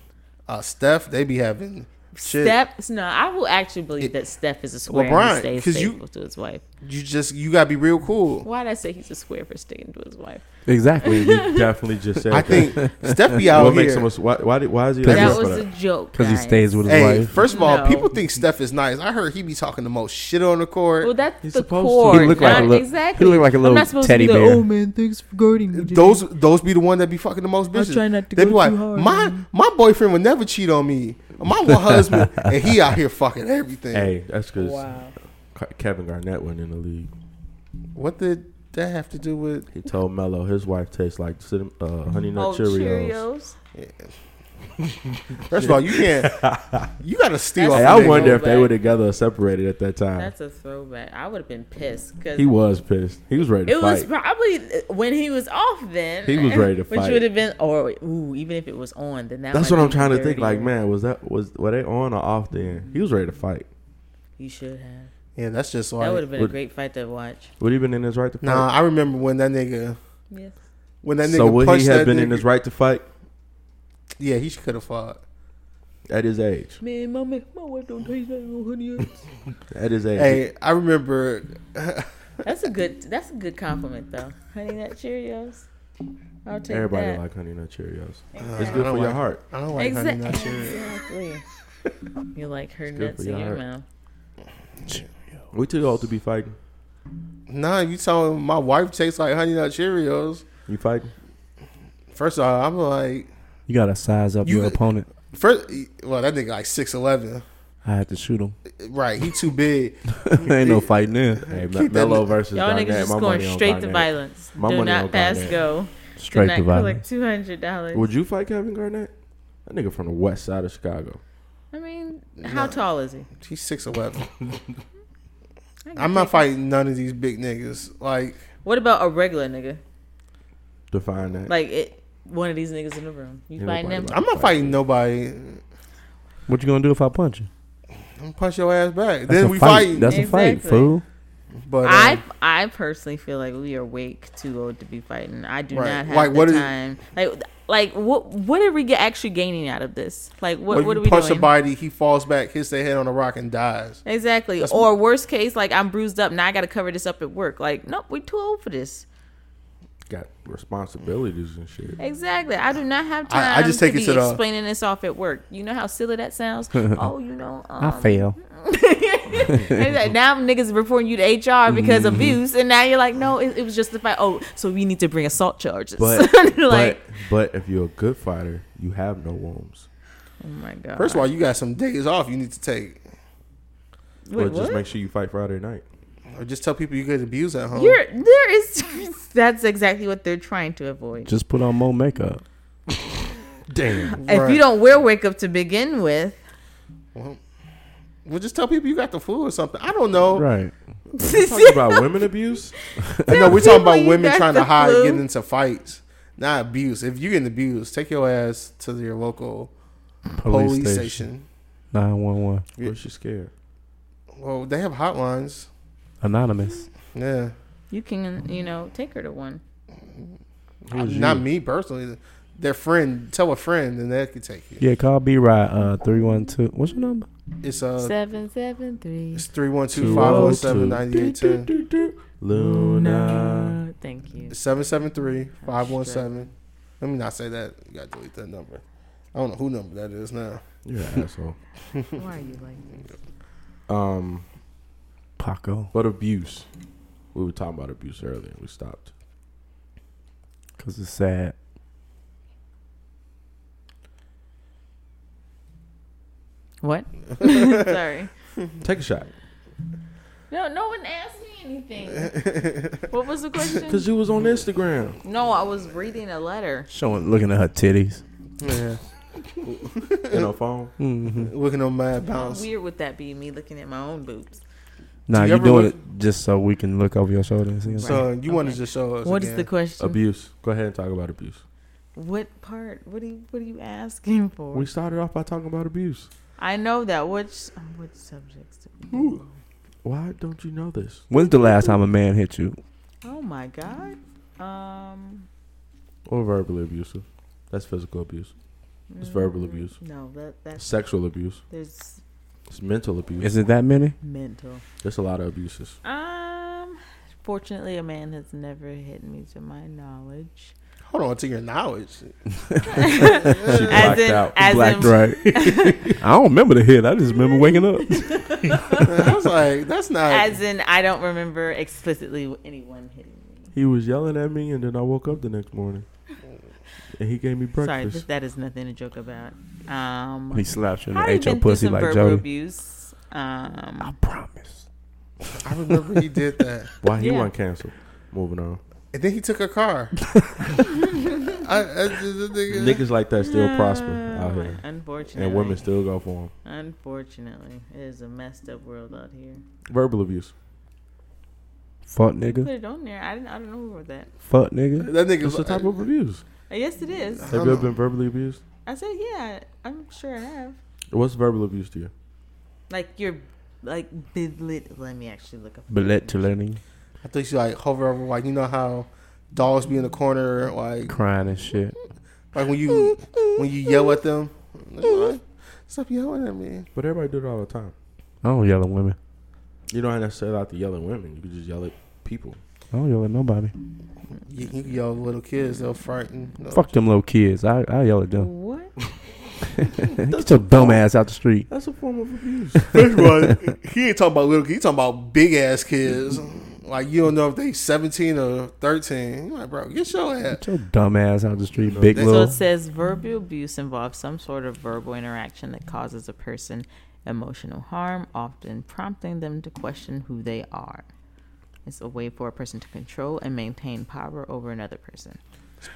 Speaker 4: uh, Steph, they be having shit.
Speaker 6: Steph, no, I will actually believe
Speaker 4: It-
Speaker 6: that Steph is a square
Speaker 4: LeBron,
Speaker 6: and he stays
Speaker 4: 'cause you-
Speaker 6: faithful to his wife.
Speaker 4: You just you gotta be real cool.
Speaker 6: Why did I say he's a square for sticking to his wife?
Speaker 5: Exactly.
Speaker 2: You definitely just said.
Speaker 4: I
Speaker 2: that.
Speaker 4: think Steph be out
Speaker 2: what
Speaker 4: here.
Speaker 2: makes him? a s- Why, why, did- why is he? like
Speaker 5: That
Speaker 6: That
Speaker 5: was
Speaker 2: for
Speaker 6: was a joke.
Speaker 5: Because he
Speaker 6: guys.
Speaker 5: stays with his
Speaker 4: hey,
Speaker 5: wife.
Speaker 4: first of all,
Speaker 6: No.
Speaker 4: people think Steph is nice. I heard he be talking the most shit on the court.
Speaker 6: Well, that's
Speaker 2: He's
Speaker 6: the
Speaker 2: supposed to.
Speaker 6: core.
Speaker 5: He looked like
Speaker 6: not-
Speaker 5: a little-
Speaker 6: exactly.
Speaker 5: he looked like a
Speaker 6: I'm
Speaker 5: little
Speaker 6: not supposed
Speaker 5: teddy
Speaker 6: to be the,
Speaker 5: bear.
Speaker 6: Oh man, thanks for guarding me.
Speaker 4: those those be the one that be fucking the most
Speaker 6: I
Speaker 4: bitches.
Speaker 6: try not to
Speaker 4: they
Speaker 6: go
Speaker 4: be like,
Speaker 6: too hard.
Speaker 4: my my boyfriend would never cheat on me. My one husband, and he out here fucking everything.
Speaker 2: Hey, that's because
Speaker 6: Wow.
Speaker 2: Kevin Garnett wasn't in the league.
Speaker 4: What did that have to do with?
Speaker 2: He told Melo his wife tastes like cinnamon, uh, honey nut
Speaker 6: Oh,
Speaker 2: Cheerios.
Speaker 6: Cheerios.
Speaker 4: First of all, you can't. You gotta steal.
Speaker 6: That's-
Speaker 2: Hey, I
Speaker 4: off a nigga.
Speaker 2: wonder if they
Speaker 6: Throwback.
Speaker 2: were together or separated at that time.
Speaker 6: That's a throwback. I would have been pissed because
Speaker 2: he was pissed. He was ready to
Speaker 6: it
Speaker 2: fight.
Speaker 6: was probably when he was off. Then
Speaker 2: He was ready to
Speaker 6: which
Speaker 2: fight.
Speaker 6: would have been or ooh, even if it was on, then that.
Speaker 2: That's
Speaker 6: might
Speaker 2: what I'm
Speaker 6: be
Speaker 2: trying to think.
Speaker 6: dirtier.
Speaker 2: Like, man, was that was were they on or off then? He was ready to fight.
Speaker 6: you should have.
Speaker 4: Yeah, that's just
Speaker 6: That would
Speaker 4: like.
Speaker 6: have been a
Speaker 2: Would-
Speaker 6: great fight to watch.
Speaker 2: Would he been in his right to fight?
Speaker 4: Nah, I remember when that nigga
Speaker 6: Yes.
Speaker 4: when that nigga
Speaker 2: so would
Speaker 4: punched
Speaker 2: he have
Speaker 4: that
Speaker 2: been
Speaker 4: nigga,
Speaker 2: in his right to fight
Speaker 4: Yeah, he could have fought.
Speaker 2: at his age?
Speaker 6: Man, my, man, my wife don't taste like no honey.
Speaker 2: At his age,
Speaker 4: Hey, I remember.
Speaker 6: That's a good. That's a good compliment though. Honey Nut Cheerios. I'll take
Speaker 2: everybody
Speaker 6: that.
Speaker 2: like honey nut Cheerios.
Speaker 4: Uh,
Speaker 2: It's
Speaker 4: I
Speaker 2: good
Speaker 4: don't
Speaker 2: for your
Speaker 4: like-
Speaker 2: heart.
Speaker 4: I don't like honey nut Cheerios.
Speaker 6: Exactly. you like her
Speaker 2: It's good
Speaker 6: nuts
Speaker 2: for
Speaker 6: in
Speaker 2: your
Speaker 6: your
Speaker 2: heart.
Speaker 6: mouth.
Speaker 2: We too old to be fighting.
Speaker 4: Nah, you telling my wife tastes like honey nut Cheerios.
Speaker 2: You fighting?
Speaker 4: First of all, I'm like,
Speaker 5: You gotta size up
Speaker 4: You-
Speaker 5: your opponent.
Speaker 4: first, well, that nigga like six eleven,
Speaker 5: I had to shoot him.
Speaker 4: right? He too big.
Speaker 5: Ain't no fighting there.
Speaker 2: Hey,
Speaker 4: Keep that-
Speaker 2: Mello versus
Speaker 6: Y'all niggas
Speaker 2: Garnett.
Speaker 6: just
Speaker 2: My
Speaker 6: going
Speaker 2: money on
Speaker 6: straight to
Speaker 2: Garnett.
Speaker 6: violence.
Speaker 2: My
Speaker 6: Do
Speaker 2: money on
Speaker 6: not pass
Speaker 2: Garnett.
Speaker 6: go. Do
Speaker 5: Straight
Speaker 6: not
Speaker 5: to
Speaker 6: collect
Speaker 5: violence.
Speaker 6: two hundred dollars.
Speaker 2: Would you fight Kevin Garnett? That nigga from the west side of Chicago.
Speaker 6: I mean, how tall is he?
Speaker 4: He's six eleven.
Speaker 6: I can
Speaker 4: I'm not
Speaker 6: take-
Speaker 4: fighting none of these big niggas. Like,
Speaker 6: What about a regular nigga?
Speaker 2: Define that.
Speaker 6: Like it, one of these niggas in the room. You
Speaker 2: Ain't
Speaker 6: fighting
Speaker 2: nobody
Speaker 6: them?
Speaker 2: like-
Speaker 4: I'm not fighting nobody. I'm
Speaker 5: What you gonna do if I punch you?
Speaker 4: gonna punch your ass back.
Speaker 5: That's
Speaker 4: then
Speaker 5: a
Speaker 4: we
Speaker 5: fight.
Speaker 4: fighting.
Speaker 5: That's a fight,
Speaker 6: Exactly.
Speaker 5: fool.
Speaker 4: but um,
Speaker 6: I I personally feel like we are way too old to be fighting. I do
Speaker 4: Right.
Speaker 6: not have
Speaker 4: Like,
Speaker 6: the
Speaker 4: what is-
Speaker 6: time. Like Like what? What are we ga- actually gaining out of this? Like what?
Speaker 4: Well,
Speaker 6: what are
Speaker 4: you
Speaker 6: we
Speaker 4: punch
Speaker 6: doing?
Speaker 4: somebody, he falls back, hits their head on a rock, and dies.
Speaker 6: Exactly. or worst case, like I'm bruised up. Now I got to cover this up at work. Like, nope, we're too old for this.
Speaker 2: Got responsibilities and shit.
Speaker 6: Exactly. I do not have time.
Speaker 4: I- I just take
Speaker 6: to
Speaker 4: it
Speaker 6: be
Speaker 4: to the-
Speaker 6: explaining this off at work. You know how silly that sounds. oh, you know. Um,
Speaker 5: fail.
Speaker 6: it's like, now niggas reporting you to HR because
Speaker 4: Mm-hmm.
Speaker 6: abuse, and now you're like, no, it, it was justified. Oh, so we need to bring assault charges.
Speaker 2: But-
Speaker 6: like,
Speaker 2: but but if you're a good fighter, you have no wounds.
Speaker 6: oh my god.
Speaker 4: First of all, you got some days off you need to take,
Speaker 6: Wait,
Speaker 2: or just
Speaker 6: what?
Speaker 2: make sure you fight Friday night.
Speaker 4: or just tell people you get abused at home.
Speaker 6: you're there is. that's exactly what they're trying to avoid.
Speaker 5: Just put on more makeup.
Speaker 2: Damn.
Speaker 6: If
Speaker 4: Right.
Speaker 6: you don't wear wake up to begin with,
Speaker 4: Well, just tell people you got the flu or something. I don't know.
Speaker 5: Right.
Speaker 2: Talking about women abuse.
Speaker 4: I know we're talking
Speaker 6: people
Speaker 4: about
Speaker 6: you
Speaker 4: women
Speaker 6: got
Speaker 4: trying to
Speaker 6: the
Speaker 4: hide
Speaker 6: flu.
Speaker 4: getting into fights, not abuse. If you're getting abused, take your ass to your local police, station.
Speaker 5: Nine one one.
Speaker 2: Where's she scared?
Speaker 4: Well, they have hotlines.
Speaker 5: Anonymous.
Speaker 4: Yeah,
Speaker 6: you can you know take her to one.
Speaker 4: not me personally. Their friend, tell a friend, and they can take you.
Speaker 5: Yeah, call B Rod uh three one two. What's your number?
Speaker 4: It's uh,
Speaker 6: Seven seven three.
Speaker 4: it's three one two five zero seven ninety eight ten.
Speaker 2: Luna.
Speaker 6: Oh, Thank you.
Speaker 4: 773-517. Let me not say that. You gotta delete that number. I don't know who number that is now.
Speaker 2: You're an asshole.
Speaker 6: Why are you like?
Speaker 2: Um,
Speaker 5: Paco.
Speaker 2: but abuse. We were talking about abuse earlier. We stopped.
Speaker 5: Cause it's sad.
Speaker 6: What? Sorry.
Speaker 2: Take a shot.
Speaker 6: No, no one asked me anything. What was the
Speaker 2: Cause
Speaker 6: question?
Speaker 2: you was on Instagram.
Speaker 6: No, I was reading a letter.
Speaker 5: Showing looking at her titties.
Speaker 4: Yeah.
Speaker 2: In her phone.
Speaker 4: Looking on Mad
Speaker 6: How
Speaker 4: Bounce.
Speaker 6: weird would that be? Me looking at my own boobs.
Speaker 5: Nah,
Speaker 4: you
Speaker 5: you
Speaker 4: ever
Speaker 5: doing
Speaker 4: look-
Speaker 5: it just so we can look over your shoulder and see.
Speaker 4: So you want to
Speaker 6: Okay.
Speaker 4: just show us.
Speaker 6: What is
Speaker 4: again.
Speaker 6: the question?
Speaker 2: Abuse. Go ahead and talk about abuse.
Speaker 6: What part? What are you? What are you asking for?
Speaker 2: We started off by talking about abuse.
Speaker 6: I know that. Which um, which subjects? do we-
Speaker 2: Why don't you know this?
Speaker 5: When's the last time a man hit you?
Speaker 6: Oh my god. Um.
Speaker 2: Or verbally abusive. That's physical abuse. It's verbal
Speaker 6: mm,
Speaker 2: abuse.
Speaker 6: No, that that's
Speaker 2: Sexual abuse.
Speaker 6: there's
Speaker 2: It's mental abuse.
Speaker 5: Is it that many?
Speaker 6: mental.
Speaker 2: There's a lot of abuses.
Speaker 6: Um. Fortunately, a man has never hit me to my knowledge.
Speaker 4: Hold on to your knowledge.
Speaker 2: She blacked
Speaker 6: in-
Speaker 2: out.
Speaker 6: As
Speaker 5: Blacked
Speaker 6: in-
Speaker 5: right. I don't remember the hit. I just remember waking up.
Speaker 4: I was like, that's not.
Speaker 6: As in, I don't remember explicitly anyone hitting me.
Speaker 2: He was yelling at me, and then I woke up the next morning, and he gave me
Speaker 6: Sorry,
Speaker 2: breakfast.
Speaker 6: th- that is nothing to joke about. Um,
Speaker 5: He slapped you and
Speaker 6: I've
Speaker 5: ate your
Speaker 6: been through
Speaker 5: pussy
Speaker 6: some
Speaker 5: like
Speaker 6: verbal
Speaker 5: Jody.
Speaker 6: abuse.
Speaker 5: I
Speaker 6: Um,
Speaker 5: promise.
Speaker 4: I remember he did that,
Speaker 2: Why he
Speaker 6: Yeah.
Speaker 2: wasn't canceled? Moving on.
Speaker 4: and then he took her car. I, I, the nigga-
Speaker 2: Niggas like that still prosper
Speaker 6: uh,
Speaker 2: out here,
Speaker 6: Unfortunately,
Speaker 2: and women still go for him.
Speaker 6: Unfortunately, it is a messed up world out here.
Speaker 2: Verbal abuse.
Speaker 5: Fuck
Speaker 6: Put
Speaker 5: nigga.
Speaker 6: it on there. I didn't. I don't know where that.
Speaker 5: Fuck nigga.
Speaker 4: that nigga
Speaker 2: It's
Speaker 4: was
Speaker 2: the
Speaker 4: like,
Speaker 2: type of abuse.
Speaker 6: Uh, Yes, it is.
Speaker 2: Have you ever been verbally abused?
Speaker 6: I said, yeah. I'm sure I have.
Speaker 2: What's verbal abuse to you?
Speaker 6: Like you're, like bidlet. Let me actually look up.
Speaker 5: Bullet to learning.
Speaker 4: I think she like hover over like you know how dogs be in the corner like
Speaker 5: Crying and shit.
Speaker 4: like when you when you yell at them. Like, "What? Stop yelling at me.
Speaker 2: But everybody do it all the time.
Speaker 5: I don't yell at women.
Speaker 2: You don't necessarily have to yell at women. You can just yell at people.
Speaker 5: I don't yell at nobody.
Speaker 4: You, you can yell at little kids, they'll frighten. No.
Speaker 5: Fuck them little kids. I, I yell at them.
Speaker 6: What?
Speaker 5: Get your dumb ass out the street.
Speaker 2: That's a form of abuse.
Speaker 4: First of all, he ain't talking about little kids, he talking about big ass kids. Like you don't know if they seventeen or thirteen. You like, bro, get your ass.
Speaker 5: Get your dumb ass out the street, big
Speaker 4: they-
Speaker 6: So
Speaker 5: little.
Speaker 6: it says verbal abuse involves some sort of verbal interaction that causes a person emotional harm, often prompting them to question who they are. It's a way for a person to control and maintain power over another person.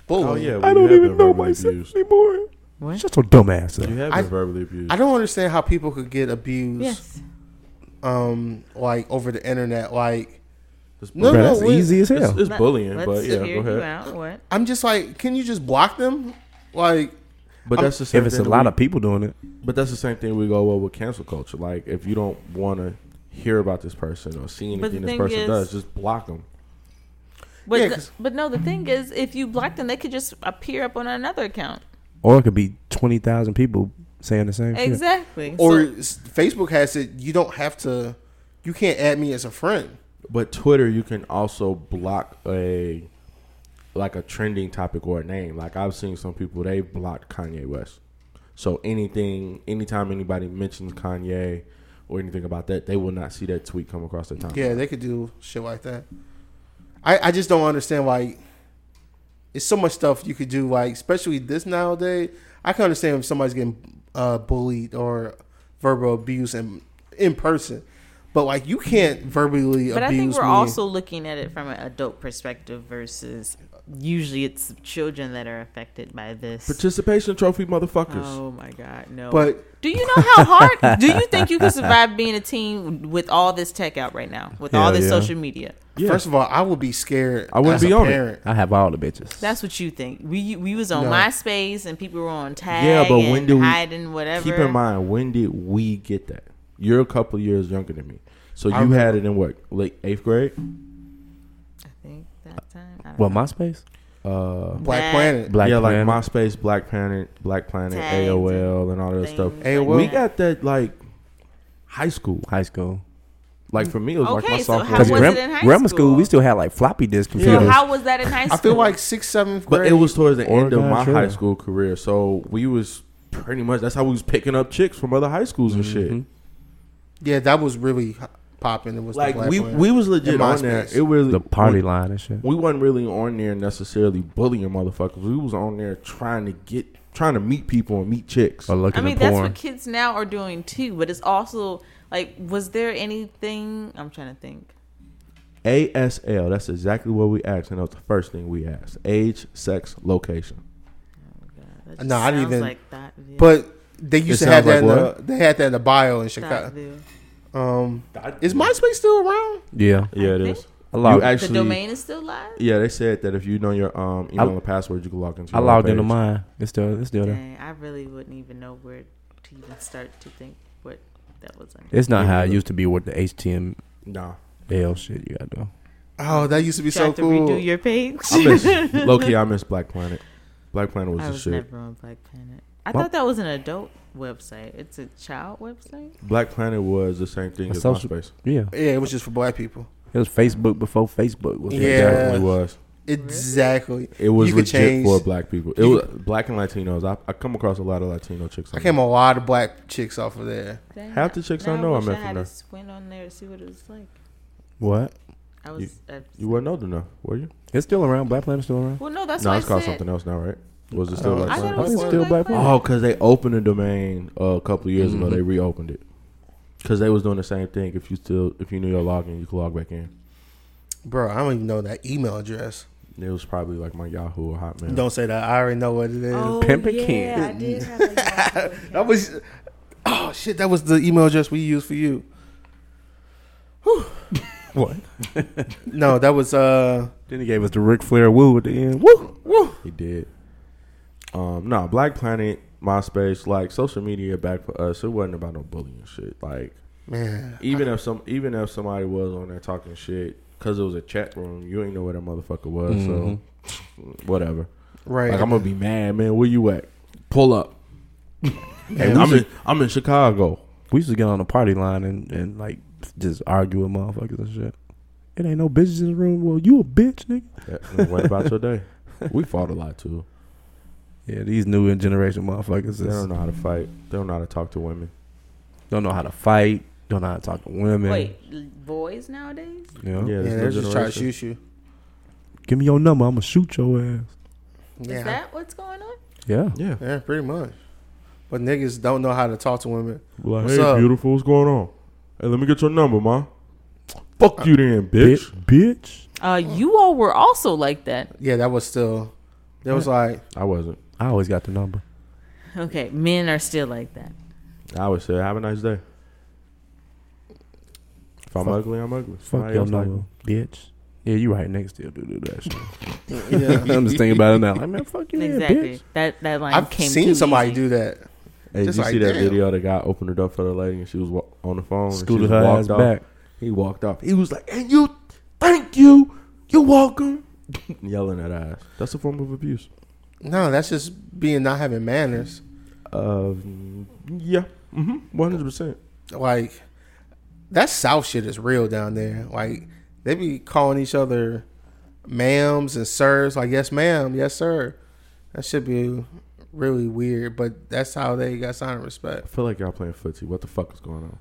Speaker 4: Bullying.
Speaker 2: oh yeah,
Speaker 5: I
Speaker 2: you
Speaker 5: don't
Speaker 2: have
Speaker 5: even
Speaker 2: been
Speaker 5: know
Speaker 2: verbally
Speaker 5: myself
Speaker 2: abused.
Speaker 5: anymore.
Speaker 6: What?
Speaker 5: Shut your dumb ass up.
Speaker 2: You have
Speaker 4: I-
Speaker 2: been verbally abused.
Speaker 4: I don't understand how people could get abused
Speaker 6: Yes.
Speaker 4: um like over the internet. Like
Speaker 2: It's
Speaker 4: No,
Speaker 5: Bruh,
Speaker 2: bullying.
Speaker 5: that's
Speaker 4: what-
Speaker 5: easy as
Speaker 2: It's,
Speaker 5: hell.
Speaker 2: it's bullying,
Speaker 6: Let's
Speaker 2: but yeah,
Speaker 6: hear
Speaker 2: go
Speaker 6: you
Speaker 2: ahead.
Speaker 6: out. What?
Speaker 4: I'm just like, can you just block them? Like
Speaker 2: But that's the same.
Speaker 5: If it's a
Speaker 2: thing that
Speaker 5: lot
Speaker 2: we-
Speaker 5: of people doing it,
Speaker 2: But that's the same thing we go well with cancel culture. Like, if you don't want to hear about this person or see
Speaker 6: But the
Speaker 2: anything this
Speaker 6: thing
Speaker 2: person
Speaker 6: is-
Speaker 2: does, just block them.
Speaker 6: But
Speaker 4: Yeah,
Speaker 6: the-
Speaker 4: 'cause-
Speaker 6: but no, the thing is, if you block them, they could just appear up on another account.
Speaker 5: Or it could be twenty thousand people saying the same shit.
Speaker 6: Exactly.
Speaker 4: Or
Speaker 6: So-
Speaker 4: s- Facebook has it. You don't have to. You can't add me as a friend.
Speaker 2: But Twitter, you can also block a like a trending topic or a name. Like I've seen some people they blocked Kanye West. So anything, anytime anybody mentions Kanye or anything about that, they will not see that tweet come across their time.
Speaker 4: Yeah, they could do shit like that. I, I just don't understand why it's so much stuff you could do. Like especially this nowadays, I can understand if somebody's getting uh, bullied or verbal abuse and in person, but like you can't verbally
Speaker 6: but I
Speaker 4: abuse
Speaker 6: think we're
Speaker 4: me.
Speaker 6: also looking at it from an adult perspective versus usually it's children that are affected by this.
Speaker 2: Participation trophy, motherfuckers.
Speaker 6: Oh my God, no!
Speaker 4: but
Speaker 6: do you know how hard? do you think you could survive being a teen with all this tech out right now, with all
Speaker 5: Hell
Speaker 6: this
Speaker 5: yeah.
Speaker 6: social media?
Speaker 2: Yeah.
Speaker 4: first of all, I would be scared.
Speaker 2: I wouldn't
Speaker 4: as a
Speaker 2: be on it.
Speaker 4: parent.
Speaker 5: I have all the bitches.
Speaker 6: That's what you think. We we was on
Speaker 4: No.
Speaker 6: MySpace and people were on tag.
Speaker 2: Yeah, but when
Speaker 6: and
Speaker 2: do we-
Speaker 6: hiding whatever?
Speaker 2: Keep in mind, when did we get that? You're a couple years younger than me, so you
Speaker 4: I
Speaker 2: had it in what late eighth grade?
Speaker 6: I think that time. I don't
Speaker 5: Well,
Speaker 6: know.
Speaker 5: MySpace,
Speaker 2: Uh,
Speaker 4: Black
Speaker 6: Nah.
Speaker 4: Planet.
Speaker 5: Black
Speaker 2: yeah,
Speaker 5: Planet.
Speaker 2: like MySpace, Black Planet, Black Planet,
Speaker 6: Tags and
Speaker 2: AOL, and all that stuff.
Speaker 6: things
Speaker 4: Hey,
Speaker 6: like
Speaker 4: well-
Speaker 2: We
Speaker 6: that.
Speaker 2: got that like high school.
Speaker 5: high school.
Speaker 2: Like for me, it was like my
Speaker 6: Okay, so
Speaker 2: sophomore.
Speaker 6: how
Speaker 5: Because
Speaker 6: was
Speaker 2: year.
Speaker 6: it in high
Speaker 5: grammar school,
Speaker 6: school?
Speaker 5: we still had like floppy disk computers.
Speaker 6: So how was that in high school?
Speaker 4: I feel like sixth, seventh grade.
Speaker 2: but it was towards the end of
Speaker 5: Oregon
Speaker 2: my
Speaker 5: Trail.
Speaker 2: high school career, so we was pretty much that's how we was picking up chicks from other high schools and
Speaker 4: Mm-hmm.
Speaker 2: shit.
Speaker 4: yeah, that was really h- popping. It was the
Speaker 2: Like
Speaker 4: Black
Speaker 2: we
Speaker 4: Planet.
Speaker 2: we was legit
Speaker 4: And
Speaker 2: on there.
Speaker 4: MySpace.
Speaker 2: It was
Speaker 5: the party line and shit.
Speaker 2: We wasn't really on there necessarily bullying motherfuckers. We was on there trying to get trying to meet people and meet chicks.
Speaker 5: Or looking
Speaker 6: I mean,
Speaker 5: at
Speaker 6: that's
Speaker 5: porn.
Speaker 6: what kids now are doing too. But it's also like, was there anything? I'm trying to think.
Speaker 2: ASL. That's exactly what we asked, and that was the first thing we asked: age, sex, location.
Speaker 6: That
Speaker 4: No, I didn't
Speaker 6: sounds
Speaker 4: even-
Speaker 6: Like that, yeah,
Speaker 4: But they used
Speaker 2: It
Speaker 4: to have
Speaker 2: sounds
Speaker 4: that.
Speaker 2: like
Speaker 4: in the, they had that in the bio in
Speaker 6: that
Speaker 4: Chicago.
Speaker 6: the-
Speaker 4: Um,
Speaker 2: I-
Speaker 4: is MySpace still around?
Speaker 5: yeah,
Speaker 2: Yeah, it
Speaker 6: think-
Speaker 2: is.
Speaker 5: I logged,
Speaker 2: you
Speaker 6: the
Speaker 2: actually,
Speaker 6: domain is still live.
Speaker 2: yeah, they said that if you know your um, email
Speaker 5: I-
Speaker 2: and password, you can log into.
Speaker 5: I
Speaker 2: Your
Speaker 5: logged into
Speaker 2: homepage.
Speaker 5: mine. It's still, it's still there.
Speaker 6: Dang, I really wouldn't even know where to even start to think what that was. Under.
Speaker 5: It's not how it used to be with the HTML
Speaker 2: Nah,
Speaker 5: shit you got to do.
Speaker 4: Oh, that used to be so
Speaker 6: to
Speaker 4: cool.
Speaker 6: redo your page.
Speaker 2: I miss low key. I miss Black Planet. Black Planet was
Speaker 6: I
Speaker 2: the
Speaker 6: was
Speaker 2: shit.
Speaker 6: never on Black Planet. I
Speaker 5: Well-
Speaker 6: thought that was an adult website. It's a child website.
Speaker 2: Black Planet was the same thing
Speaker 5: A
Speaker 2: as
Speaker 5: social-
Speaker 2: MySpace.
Speaker 5: Yeah,
Speaker 4: yeah, it was just for black people.
Speaker 5: it was Facebook before Facebook was.
Speaker 4: Yeah.
Speaker 5: Like
Speaker 2: Definitely was.
Speaker 4: Exactly.
Speaker 2: It was
Speaker 4: You could
Speaker 2: legit
Speaker 4: change-
Speaker 2: for black people. It
Speaker 4: you
Speaker 2: was black and Latinos. I, I come across a lot of Latino chicks.
Speaker 4: I
Speaker 2: on
Speaker 4: came
Speaker 2: there.
Speaker 4: a lot of black chicks off of there.
Speaker 6: Dang,
Speaker 2: Half the chicks I
Speaker 6: now
Speaker 2: know I
Speaker 6: wish
Speaker 2: met
Speaker 6: had
Speaker 2: from there.
Speaker 6: just Went on there to see what it was like.
Speaker 5: What?
Speaker 6: I was. I-
Speaker 2: You weren't old enough, were you?
Speaker 5: It's still around. Black Planet's still around.
Speaker 6: well, no, that's
Speaker 2: no,
Speaker 6: what
Speaker 2: it's
Speaker 6: I
Speaker 2: called
Speaker 6: said.
Speaker 2: something else now, right? Was it
Speaker 4: I
Speaker 2: still
Speaker 4: don't
Speaker 2: Black
Speaker 6: I thought
Speaker 2: Planet?
Speaker 6: it was
Speaker 5: It's
Speaker 6: still,
Speaker 5: still
Speaker 6: Black
Speaker 5: Black
Speaker 6: Planet.
Speaker 2: Oh, because they opened the domain uh, a couple of years ago.
Speaker 5: Mhm.
Speaker 4: Mm-hmm.
Speaker 2: They reopened it because they was doing the same thing. If you still, if you knew your login, you could log back in.
Speaker 4: Bro, I don't even know that email address.
Speaker 2: It was probably like my Yahoo or Hotmail.
Speaker 4: Don't say that. I already know what it is.
Speaker 6: Oh,
Speaker 5: Pimpin'
Speaker 6: yeah,
Speaker 5: King.
Speaker 6: I did have a
Speaker 4: Mm-hmm.
Speaker 6: Yahoo
Speaker 4: That was. Oh shit! That was the email address we used for you.
Speaker 5: What?
Speaker 4: No, that was uh.
Speaker 5: Then he gave us the Ric Flair woo at the end. Woo, woo.
Speaker 2: He did. Um, no, Black Planet, MySpace, like social media back for us, it wasn't about no bullying shit. Like
Speaker 4: Man,
Speaker 2: even if some, even if somebody was on there talking shit, cause it was a chat room, you ain't know where that motherfucker was. So
Speaker 4: Mm-hmm.
Speaker 2: whatever.
Speaker 4: right?
Speaker 2: Like I'm gonna be mad, man. Where you at? Pull up. Hey, I'm in, I'm in Chicago.
Speaker 5: We used to get on the party line and, and like just argue with motherfuckers and shit. It ain't no bitches in the room. Well, you a bitch, nigga.
Speaker 2: Yeah, what about your day? We fought a lot too.
Speaker 5: Yeah, these new generation motherfuckers
Speaker 2: They
Speaker 5: is,
Speaker 2: don't know how to fight. They don't know how to talk to women.
Speaker 5: don't know how to fight. Don't know how to talk to women.
Speaker 6: Wait, l- boys nowadays?
Speaker 5: You know?
Speaker 2: Yeah,
Speaker 4: yeah,
Speaker 2: this new
Speaker 4: they're just trying to
Speaker 2: generation.
Speaker 4: shoot you.
Speaker 5: Give me your number. I'm gonna shoot your ass.
Speaker 4: Yeah,
Speaker 6: Is that what's going on?
Speaker 5: Yeah.
Speaker 2: Yeah.
Speaker 4: yeah, pretty much. But niggas don't know how to talk to women.
Speaker 2: Like,
Speaker 4: What's
Speaker 2: hey,
Speaker 4: up?
Speaker 2: beautiful, what's going on? Hey, let me get your number, ma. Fuck you then, Uh, bitch.
Speaker 5: Bi- bitch.
Speaker 6: Uh, you all were also like that.
Speaker 4: Yeah, that was still. That was like
Speaker 2: I wasn't.
Speaker 5: I always got the number.
Speaker 6: Okay, men are still like that.
Speaker 2: I would say, have a nice day. If I'm
Speaker 5: Fuck-
Speaker 2: ugly, I'm ugly.
Speaker 5: Fuck
Speaker 2: Somebody
Speaker 5: your
Speaker 2: else like
Speaker 5: number, bitch. Yeah, you right. Niggas still do, do that shit.
Speaker 4: yeah.
Speaker 5: I'm just thinking about it now. Like, man, fuck you,
Speaker 6: exactly.
Speaker 5: bitch.
Speaker 6: That that line
Speaker 4: I've
Speaker 6: came.
Speaker 4: seen somebody do that.
Speaker 2: Hey, did
Speaker 4: Just
Speaker 2: you
Speaker 4: like,
Speaker 2: see that
Speaker 4: damn.
Speaker 2: video? The guy opened the door for the lady, and she was wa- on the phone. and she
Speaker 5: Scooted
Speaker 2: was
Speaker 5: her ass
Speaker 2: walked off.
Speaker 5: back.
Speaker 2: He walked off. He was like, "And you, thank you, you're welcome." yelling at us. That's a form of abuse.
Speaker 4: No, that's just being not having manners.
Speaker 2: Um, yeah, one hundred percent.
Speaker 4: Like that South shit is real down there. Like they be calling each other ma'ams and sirs. Like yes, ma'am, yes, sir. That should be really weird, but that's how they got sign of
Speaker 2: I
Speaker 4: respect.
Speaker 2: feel like y'all playing footsie. What the fuck is going on?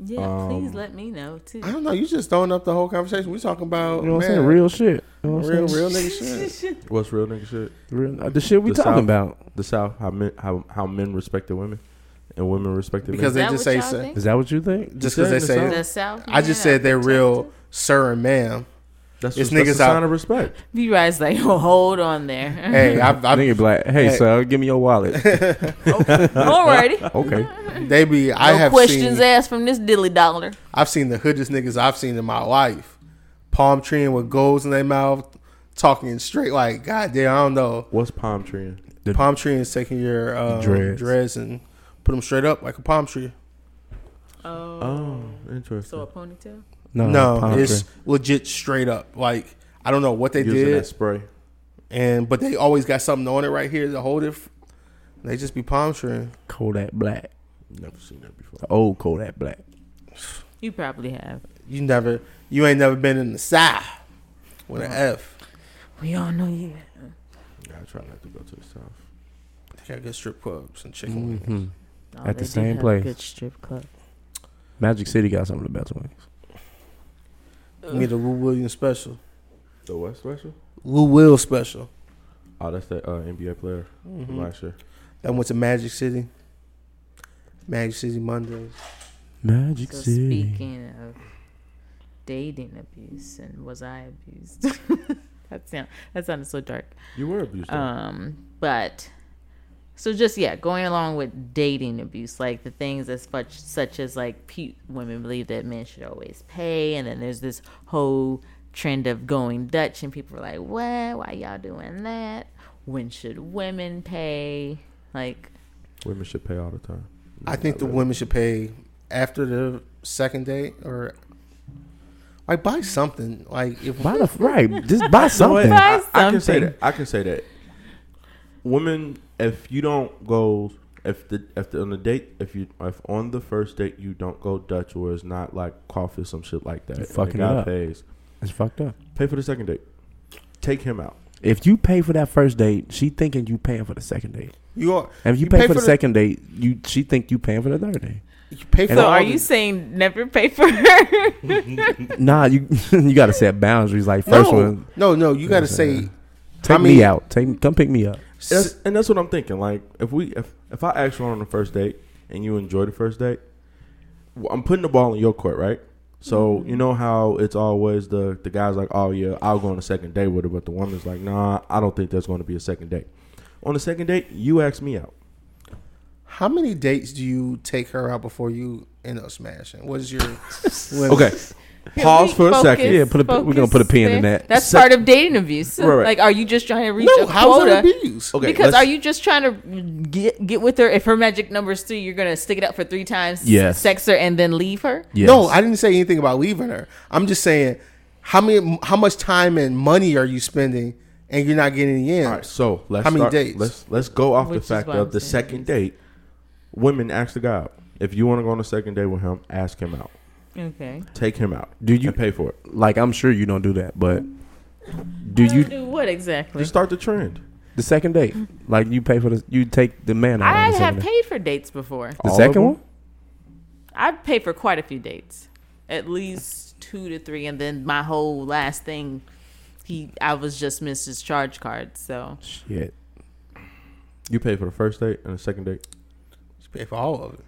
Speaker 6: Yeah, please
Speaker 2: Um,
Speaker 6: let me know too.
Speaker 4: I don't know. You just throwing up the whole conversation. We talking about
Speaker 5: You know what I'm
Speaker 4: man,
Speaker 5: saying? Real shit. You know what I'm
Speaker 4: real,
Speaker 5: saying?
Speaker 4: real nigga shit.
Speaker 2: What's real nigga shit?
Speaker 5: Real- uh, the shit we
Speaker 2: The
Speaker 5: talking
Speaker 2: South.
Speaker 5: about.
Speaker 2: The South, how men, how how men respected women, and women respected
Speaker 4: Because
Speaker 2: men.
Speaker 4: they
Speaker 6: Is that
Speaker 4: just
Speaker 6: what
Speaker 4: say
Speaker 6: y'all
Speaker 4: so-
Speaker 6: think?
Speaker 5: Is that what you think?
Speaker 4: Just because they
Speaker 2: Just saying
Speaker 4: say,
Speaker 2: the
Speaker 6: The South.
Speaker 4: I just
Speaker 6: man,
Speaker 4: said they're real,
Speaker 6: protected?
Speaker 4: sir and ma'am.
Speaker 2: That's just
Speaker 4: It's
Speaker 2: that's
Speaker 4: niggas
Speaker 2: a sign
Speaker 4: out-
Speaker 2: of respect.
Speaker 6: V Ride's like, oh, hold on there.
Speaker 4: Hey, I've,
Speaker 5: I
Speaker 4: I've
Speaker 5: think black. Hey,
Speaker 4: Hey.
Speaker 5: sir, give me your wallet.
Speaker 6: Alrighty.
Speaker 5: Okay.
Speaker 4: They be. I
Speaker 6: no
Speaker 4: have
Speaker 6: questions
Speaker 4: seen.
Speaker 6: asked from this dilly dollar.
Speaker 4: I've seen the hoodest niggas I've seen in my life. Palm treeing with golds in their mouth, talking straight like, God damn, I don't know.
Speaker 2: What's palm treeing?
Speaker 4: Palm treeing is taking your um,
Speaker 5: Dreads.
Speaker 4: dreads. and put them straight up like a palm tree.
Speaker 6: Oh.
Speaker 2: Oh, interesting.
Speaker 6: So a ponytail?
Speaker 5: No,
Speaker 4: no,
Speaker 5: palm
Speaker 4: it's
Speaker 5: tree.
Speaker 4: legit straight up. Like I don't know what they
Speaker 2: Using
Speaker 4: did,
Speaker 2: that spray.
Speaker 4: and but they always got something on it right here to hold it. f- They just be palm treeing.
Speaker 5: Kodak Black,
Speaker 2: Never seen that before.
Speaker 5: the old Kodak Black.
Speaker 6: You probably have.
Speaker 4: You never, you ain't never been in the side with an F.
Speaker 6: We all know you.
Speaker 2: Yeah, I try not to go to the South.
Speaker 4: They got good strip clubs and chicken. wings.
Speaker 5: hmm
Speaker 6: Oh,
Speaker 5: At
Speaker 6: they
Speaker 5: the
Speaker 6: do
Speaker 5: same
Speaker 6: have a
Speaker 5: place.
Speaker 6: Good strip club.
Speaker 5: Magic City got some of the best wings.
Speaker 4: Me the Lou Williams special.
Speaker 2: The what special?
Speaker 4: Lou Will special.
Speaker 2: Oh, that's that uh, NBA player
Speaker 4: Mm-hmm.
Speaker 2: from last year.
Speaker 4: That went to Magic City. Magic City Mondays.
Speaker 5: Magic
Speaker 6: So
Speaker 5: City.
Speaker 6: speaking of dating abuse and was I abused? that sound that sounded so dark.
Speaker 2: You were abused. though.
Speaker 6: Um, but so just yeah, going along with dating abuse, like the things as such such as like pe- women believe that men should always pay, and then there's this whole trend of going Dutch, and people are like, "What? Why y'all doing that? When should women pay?" Like,
Speaker 2: Women should pay all the time.
Speaker 4: I think the women should pay after the second date or like buy something. Like if
Speaker 5: Buy the right. Just buy something.
Speaker 6: Buy
Speaker 2: I, I can say
Speaker 6: something.
Speaker 2: that. I can say that. Women, if you don't go, if the if the, on the date, if you if on the first date you don't go Dutch or it's not like coffee or some shit like that,
Speaker 5: You're
Speaker 2: and the
Speaker 5: fucking it
Speaker 2: guy
Speaker 5: up.
Speaker 2: pays.
Speaker 5: It's fucked up.
Speaker 2: Pay for the second date. Take him out.
Speaker 5: If you pay for that first date, she thinking you paying for the second date.
Speaker 4: you are,
Speaker 5: And if you, pay, for, the, second date, you she think you paying for the third date.
Speaker 4: you pay for
Speaker 6: so
Speaker 4: all
Speaker 6: are
Speaker 4: the-
Speaker 6: you saying never pay for her?
Speaker 5: Nah, you you got to set boundaries. Like first
Speaker 4: no,
Speaker 5: one,
Speaker 4: No, no, you gotta say
Speaker 5: take
Speaker 4: I mean-
Speaker 5: me out. Take me- come pick me up.
Speaker 2: And that's, and that's what I'm thinking. Like if we if if I ask you on the first date and you enjoy the first date, well, I'm putting the ball in your court, right? So you know how it's always the the guy's like, oh yeah, I'll go on a second date with her, but the woman's like, nah, I don't think there's going to be a second date. On the second date, you ask me out.
Speaker 4: how many dates do you take her out before you end up smashing? What's your limit?
Speaker 2: Okay, pause for a second.
Speaker 5: Yeah, put a- we're gonna put a pin in
Speaker 6: there.
Speaker 5: that.
Speaker 6: That's
Speaker 2: Sec-
Speaker 6: part of dating abuse.
Speaker 2: Right, right.
Speaker 6: Like, are you just trying to reach
Speaker 4: No,
Speaker 6: a
Speaker 4: how's
Speaker 6: quota?
Speaker 4: that abuse?
Speaker 2: Okay,
Speaker 6: because
Speaker 2: let's-
Speaker 6: are you just trying to get get with her? If her magic number's three, you're gonna stick it out for three times,
Speaker 5: Yes.
Speaker 6: sex her, and then leave her.
Speaker 5: Yes.
Speaker 4: No, I didn't say anything about leaving her. I'm just saying how many, how much time and money are you spending, and you're not getting the end.
Speaker 2: All right, so let's
Speaker 4: How many
Speaker 2: start-
Speaker 4: dates?
Speaker 2: Let's let's go off
Speaker 6: Which
Speaker 2: the
Speaker 6: is
Speaker 2: fact
Speaker 6: why I'm
Speaker 2: of the
Speaker 6: saying
Speaker 2: second
Speaker 6: yes.
Speaker 2: date. Women ask the guy out. If you want to go on a second date with him, ask him out.
Speaker 6: Okay.
Speaker 2: Take him out.
Speaker 5: Do you-
Speaker 2: and pay for it?
Speaker 5: Like I'm sure you don't do that, but do you
Speaker 6: do what exactly?
Speaker 2: Just start the trend.
Speaker 5: the second date? Like you pay for the you take the man out. on
Speaker 6: I
Speaker 5: the
Speaker 6: have
Speaker 5: second date.
Speaker 6: paid for dates before.
Speaker 5: the
Speaker 2: All of
Speaker 5: second
Speaker 2: them?
Speaker 5: one.
Speaker 6: I've paid for quite a few dates, at least two to three, and then my whole last thing, he I was just missed his charge card. So
Speaker 5: Shit.
Speaker 2: You pay for the first date and the second date.
Speaker 4: You pay for all of it.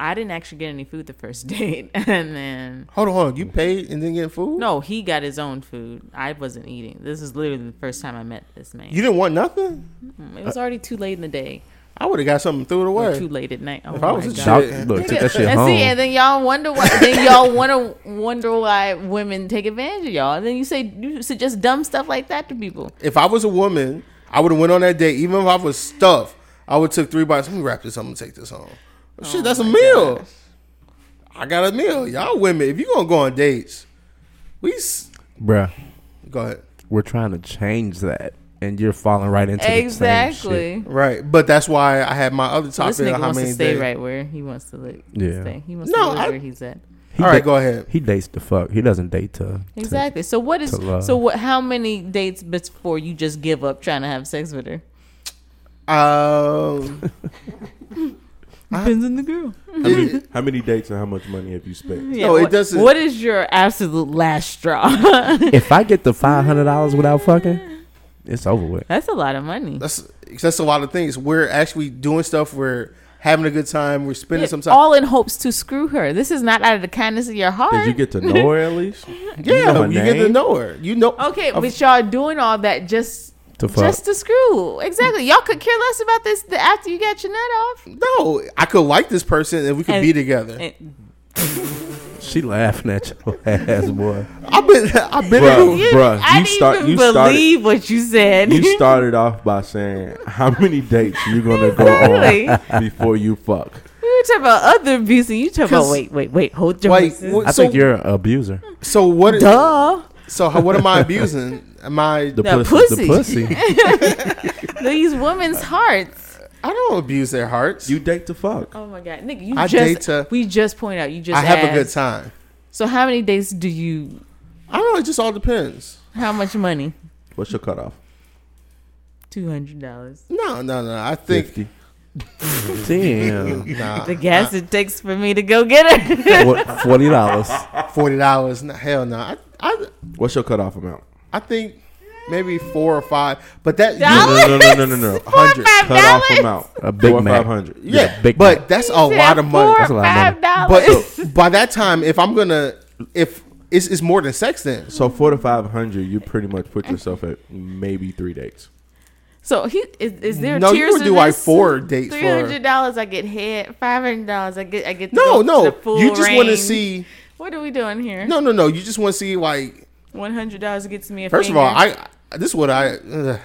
Speaker 6: I didn't actually get any food the first date, and then
Speaker 4: Hold on, hold on. You paid and then get food?
Speaker 6: Mm-hmm. No, he got his own food. I wasn't eating. This is literally the first time I met this man.
Speaker 4: You didn't want nothing?
Speaker 6: it was already too late in the day.
Speaker 4: I would have got something threw it
Speaker 6: Or
Speaker 4: away.
Speaker 6: too late at night. Oh
Speaker 4: If I
Speaker 6: my
Speaker 4: was a
Speaker 6: God.
Speaker 4: child-
Speaker 5: Y'all-
Speaker 4: Shit.
Speaker 5: Look, take that shit
Speaker 6: and
Speaker 5: home.
Speaker 6: see, and then y'all wonder why. Then y'all wanna wonder why women take advantage of y'all. And then you say you suggest dumb stuff like that to people.
Speaker 4: If I was a woman, I would have went on that date. Even if I was stuffed, I would took three bites. Let me wrap this up and take this home.
Speaker 6: Oh
Speaker 4: Shit, that's a meal. I got a meal. Y'all women, if you gonna go on dates, we s-
Speaker 5: Bruh,
Speaker 4: go ahead.
Speaker 5: we're trying to change that, and you're falling right into exactly.
Speaker 6: exactly.
Speaker 4: Right, but that's why I had my other
Speaker 6: So
Speaker 4: topic.
Speaker 6: this nigga
Speaker 4: on how
Speaker 6: wants
Speaker 4: many
Speaker 6: to stay
Speaker 4: days.
Speaker 6: right where he wants to live.
Speaker 5: Yeah.
Speaker 6: Stay. He wants
Speaker 4: No,
Speaker 6: to live
Speaker 4: I-
Speaker 6: where he's at.
Speaker 5: He
Speaker 4: All right,
Speaker 5: da-
Speaker 4: go ahead.
Speaker 5: He dates the fuck. He doesn't date to. to
Speaker 6: Exactly. So what is
Speaker 5: to love.
Speaker 6: so what? How many dates before you just give up trying to have sex with her?
Speaker 4: Um,
Speaker 6: Depends on the girl.
Speaker 2: How many, how many dates and how much money have you spent?
Speaker 6: Yeah,
Speaker 4: No, it
Speaker 6: what-
Speaker 4: doesn't-
Speaker 6: What is your absolute last straw?
Speaker 5: if I get the five hundred dollars without fucking, it's over with.
Speaker 6: That's a lot of money.
Speaker 4: that's 'cause that's a lot of things. We're actually doing stuff. We're having a good time. We're spending
Speaker 6: Yeah,
Speaker 4: some time.
Speaker 6: all in hopes to screw her. This is not out of the kindness of your heart.
Speaker 2: Did you get to know her at least?
Speaker 4: yeah,
Speaker 2: know her
Speaker 4: you get to
Speaker 2: name?
Speaker 4: know her. You know.
Speaker 6: okay, but y'all doing all that just
Speaker 5: To fuck.
Speaker 6: just to screw. Exactly. Y'all could care less about this th- after you got your nut off.
Speaker 4: No, I could like this person and we could
Speaker 6: And-
Speaker 4: be together.
Speaker 5: she laughing at your ass, boy.
Speaker 4: I've been, I've been.
Speaker 2: Bruh.
Speaker 4: in-
Speaker 6: You-
Speaker 2: Bruh,
Speaker 6: I
Speaker 2: you
Speaker 6: didn't
Speaker 2: start-
Speaker 6: even
Speaker 2: you started-
Speaker 6: believe what you said.
Speaker 2: You started off by saying how many dates you gonna go on
Speaker 6: Exactly.
Speaker 2: before you fuck.
Speaker 6: you talk about other abuse, and you talk about
Speaker 4: 'Cause-
Speaker 6: wait, wait, wait, hold your
Speaker 4: Like,
Speaker 6: horses.
Speaker 4: what-
Speaker 5: I
Speaker 4: so,
Speaker 5: think you're an abuser.
Speaker 4: so what?
Speaker 6: Duh,
Speaker 4: So how, what am I abusing? Am I?
Speaker 2: The
Speaker 6: That
Speaker 2: pussy.
Speaker 5: The
Speaker 6: pussy.
Speaker 5: pussy.
Speaker 6: these women's hearts.
Speaker 4: I don't abuse their hearts.
Speaker 2: You date to fuck.
Speaker 6: Oh my god, Nick, you
Speaker 4: I
Speaker 6: just
Speaker 4: date to-
Speaker 6: we just point out you just
Speaker 4: I have a good
Speaker 6: asked.
Speaker 4: time.
Speaker 6: So how many days do you?
Speaker 4: I don't know. It just all depends.
Speaker 6: How much money?
Speaker 2: What's your cutoff?
Speaker 6: Two hundred dollars.
Speaker 4: No, no, no. I think.
Speaker 2: Fifty.
Speaker 5: Damn.
Speaker 4: Nah,
Speaker 6: The gas it takes for me to go get her.
Speaker 5: What- Forty dollars.
Speaker 4: forty dollars. Hell no. I, I,
Speaker 2: What's your cutoff amount?
Speaker 4: I think maybe four or five. But that
Speaker 2: No,
Speaker 6: Dollar?
Speaker 4: you,
Speaker 2: no, no, no, no, no, no.
Speaker 6: Four or
Speaker 2: Hundred
Speaker 6: five
Speaker 2: cutoff
Speaker 6: dollars?
Speaker 2: amount.
Speaker 5: A Big
Speaker 2: Four or
Speaker 5: Mac.
Speaker 2: five hundred.
Speaker 4: yeah,
Speaker 5: Yeah, big
Speaker 4: but
Speaker 5: money.
Speaker 4: that's a lot of money.
Speaker 6: Four,
Speaker 5: That's a lot of
Speaker 6: five
Speaker 4: But
Speaker 6: dollars.
Speaker 4: by that time, if I'm gonna, if it's, it's more than sex, then
Speaker 2: So four to five hundred, you pretty much put yourself at maybe three dates.
Speaker 6: So he is, is there
Speaker 4: No, you
Speaker 6: tiers
Speaker 4: would
Speaker 6: to
Speaker 4: do, like,
Speaker 6: this?
Speaker 4: four dates for-
Speaker 6: Three hundred dollars, I get head. Five hundred dollars, I get I get. to
Speaker 4: no,
Speaker 6: go
Speaker 4: no.
Speaker 6: to the full
Speaker 4: You just want to
Speaker 6: range.
Speaker 4: see.
Speaker 6: What are we doing here?
Speaker 4: No, no, no. You just want to see like.
Speaker 6: one hundred dollars gets me a.
Speaker 4: First of
Speaker 6: finger.
Speaker 4: all, I this is what I. Ugh.